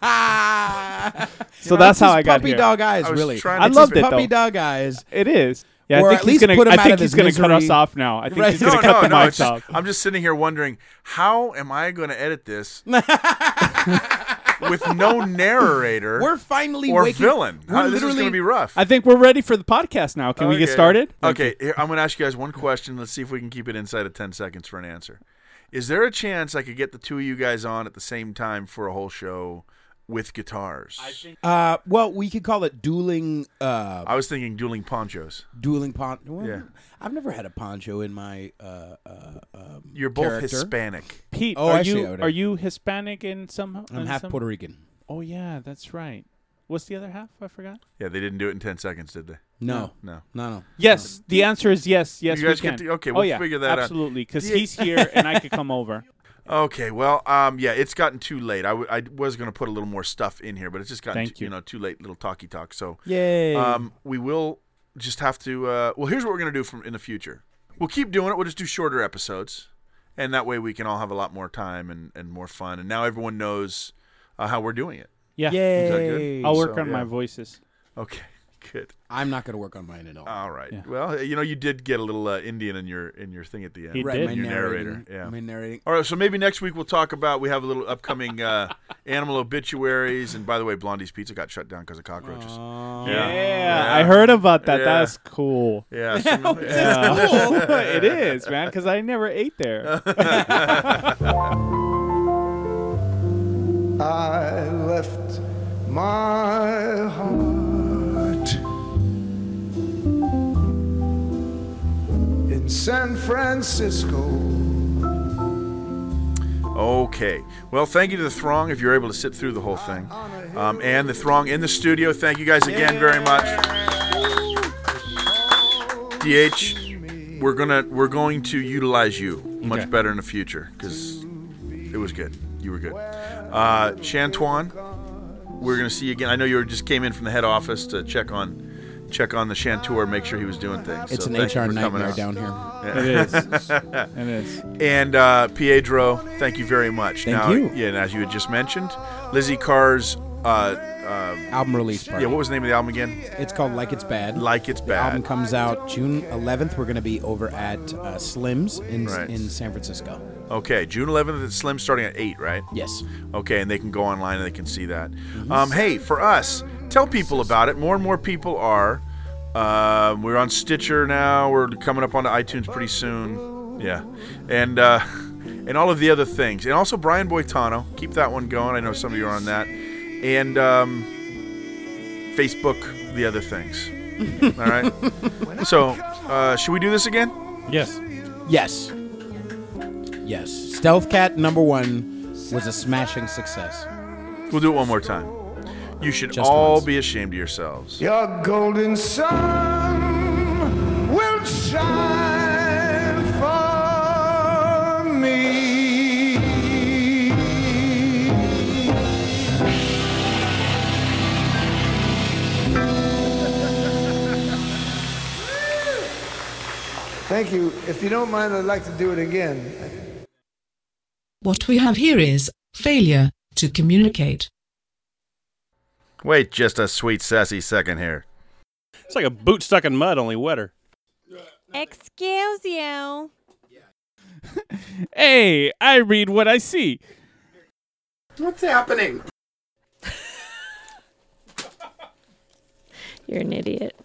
[SPEAKER 3] You know,
[SPEAKER 5] that's
[SPEAKER 3] it's
[SPEAKER 5] how
[SPEAKER 3] his
[SPEAKER 5] I got
[SPEAKER 3] puppy
[SPEAKER 5] here.
[SPEAKER 3] dog eyes. really,
[SPEAKER 5] I
[SPEAKER 3] It's
[SPEAKER 5] loved
[SPEAKER 3] his
[SPEAKER 5] it
[SPEAKER 3] Puppy
[SPEAKER 5] though.
[SPEAKER 3] dog eyes.
[SPEAKER 5] It is. Yeah,
[SPEAKER 3] Or
[SPEAKER 5] I think
[SPEAKER 3] at
[SPEAKER 5] he's
[SPEAKER 3] least
[SPEAKER 5] gonna.
[SPEAKER 3] put him
[SPEAKER 5] I
[SPEAKER 3] out
[SPEAKER 5] think
[SPEAKER 3] of
[SPEAKER 5] he's
[SPEAKER 3] his
[SPEAKER 5] gonna cut us
[SPEAKER 3] misery.
[SPEAKER 5] off now. I think
[SPEAKER 3] Right.
[SPEAKER 5] he's gonna
[SPEAKER 4] No,
[SPEAKER 5] cut the
[SPEAKER 4] no, no.
[SPEAKER 5] mics
[SPEAKER 4] it's
[SPEAKER 5] off.
[SPEAKER 4] just- I'm just sitting here wondering how am I going to edit this with no narrator?
[SPEAKER 5] We're finally
[SPEAKER 4] or
[SPEAKER 5] waking-
[SPEAKER 4] villain.
[SPEAKER 5] we're
[SPEAKER 4] How- Uh, this is going
[SPEAKER 5] literally-
[SPEAKER 4] to be rough.
[SPEAKER 5] I think we're ready for the podcast now. Can we get
[SPEAKER 4] Okay.
[SPEAKER 5] started?
[SPEAKER 4] Okay, here, I'm going to ask you guys one question. Let's see if we can keep it inside of 10 seconds for an answer. Is there a chance I could get the two of you guys on at the same time for a whole show with guitars? I,
[SPEAKER 3] Uh, well, we could call it dueling. Uh,
[SPEAKER 4] was thinking dueling ponchos.
[SPEAKER 3] dueling pon. Well,
[SPEAKER 4] Yeah.
[SPEAKER 3] I've never had a poncho in my. Uh, uh, um,
[SPEAKER 4] You're both
[SPEAKER 3] character.
[SPEAKER 4] Hispanic.
[SPEAKER 5] Pete,
[SPEAKER 3] Oh,
[SPEAKER 5] are
[SPEAKER 3] actually,
[SPEAKER 5] you
[SPEAKER 3] I would-
[SPEAKER 5] are you Hispanic in some?
[SPEAKER 3] I'm
[SPEAKER 5] in
[SPEAKER 3] half
[SPEAKER 5] some-
[SPEAKER 3] Puerto Rican.
[SPEAKER 5] Oh yeah, that's right. What's the other half? I forgot.
[SPEAKER 4] Yeah, they didn't do it in 10 seconds, did they?
[SPEAKER 3] No.
[SPEAKER 4] No.
[SPEAKER 3] No, no.
[SPEAKER 5] Yes, the answer is yes. Yes,
[SPEAKER 4] you guys
[SPEAKER 5] we can.
[SPEAKER 4] get to- okay,
[SPEAKER 5] Um, Oh,
[SPEAKER 4] we'll
[SPEAKER 5] yeah,
[SPEAKER 4] figure that out.
[SPEAKER 5] absolutely, because
[SPEAKER 4] Yeah.
[SPEAKER 5] he's here and I could come over.
[SPEAKER 4] Okay, well, um, yeah, it's gotten too late. I, w- I was going to put a little more stuff in here, but it's just gotten
[SPEAKER 5] Thank
[SPEAKER 4] too, you. know too late. Little talky talk. So
[SPEAKER 5] Yay.
[SPEAKER 4] Um, we will just have to. Uh, well, here's what we're going to do from in the future. We'll keep doing it. We'll just do shorter episodes, and that way we can all have a lot more time and, and more fun. And now everyone knows uh, how we're doing it.
[SPEAKER 5] Yeah.
[SPEAKER 4] Is that good?
[SPEAKER 5] I'll work
[SPEAKER 4] So,
[SPEAKER 5] on my
[SPEAKER 4] yeah.
[SPEAKER 5] voices.
[SPEAKER 4] Okay. Good.
[SPEAKER 3] I'm not going to work on mine at all.
[SPEAKER 4] All right. Well, you know, you did get a little uh, Indian in your in your thing at the end.
[SPEAKER 3] He Right, did. my
[SPEAKER 4] Your narrator.
[SPEAKER 3] narrating-
[SPEAKER 4] Yeah.
[SPEAKER 3] my narrating.
[SPEAKER 4] All right. So maybe next week we'll talk about we have a little upcoming uh, animal obituaries. And by the way, Blondie's Pizza got shut down because of cockroaches.
[SPEAKER 5] Oh, Yeah, I heard about that.
[SPEAKER 4] Yeah.
[SPEAKER 5] That's cool.
[SPEAKER 4] Yeah.
[SPEAKER 5] No,
[SPEAKER 4] so-
[SPEAKER 5] it's
[SPEAKER 4] yeah.
[SPEAKER 5] cool. it is, man, because I never ate there.
[SPEAKER 18] I left my heart in San Francisco.
[SPEAKER 4] Okay. Well, thank you to the Throng if you're able to sit through the whole thing. Um, and the Throng in the studio. Thank you guys again very much. DH, we're gonna we're going to utilize you much
[SPEAKER 14] Okay.
[SPEAKER 4] better in the future because it was good. You were good. Uh, Chantuan, we're gonna see you again. I know you were- just came in from the head office to check on check on the Chanteur, make sure he was doing things.
[SPEAKER 3] It's
[SPEAKER 4] So
[SPEAKER 3] an
[SPEAKER 4] thank you
[SPEAKER 3] HR
[SPEAKER 4] for coming
[SPEAKER 3] nightmare
[SPEAKER 4] out.
[SPEAKER 3] down here. It
[SPEAKER 4] Yeah.
[SPEAKER 3] is. It
[SPEAKER 5] is.
[SPEAKER 4] And uh, Pietro, thank you very much.
[SPEAKER 3] Thank
[SPEAKER 4] now,
[SPEAKER 3] you.
[SPEAKER 4] Yeah, and as you had just mentioned, Lizzie Carr's uh, uh,
[SPEAKER 3] Album release party.
[SPEAKER 4] Yeah, what was the name of the album again?
[SPEAKER 3] It's called Like It's Bad.
[SPEAKER 4] Like It's
[SPEAKER 3] The
[SPEAKER 4] Bad.
[SPEAKER 3] album comes out June 11th. We're going to be over at uh, Slim's in,
[SPEAKER 4] Right.
[SPEAKER 3] in San Francisco.
[SPEAKER 4] Okay, June 11th at Slim, starting at 8, right?
[SPEAKER 3] Yes.
[SPEAKER 4] Okay, and they can go online and they can see that. Um, hey, for us, tell people about it. More and more people are. Um, we're on Stitcher now. We're coming up onto iTunes pretty soon. Yeah, and uh, and all of the other things, and also Brian Boitano. Keep that one going. I know some of you are on that, and um, Facebook, the other things. all right. So, uh, should we do this again?
[SPEAKER 5] Yes.
[SPEAKER 3] Yes. Yes. Stealth Cat number one was a smashing success.
[SPEAKER 4] We'll do it one more time. You should all be ashamed of yourselves.
[SPEAKER 18] Your golden sun will shine for me. Thank you. If you don't mind, I'd like to do it again.
[SPEAKER 1] What we have here is failure to communicate.
[SPEAKER 4] Wait just a sweet, sassy second here.
[SPEAKER 12] It's like a boot stuck in mud, only wetter.
[SPEAKER 13] Excuse you.
[SPEAKER 19] Hey, I read what I see.
[SPEAKER 3] What's happening?
[SPEAKER 2] You're an idiot.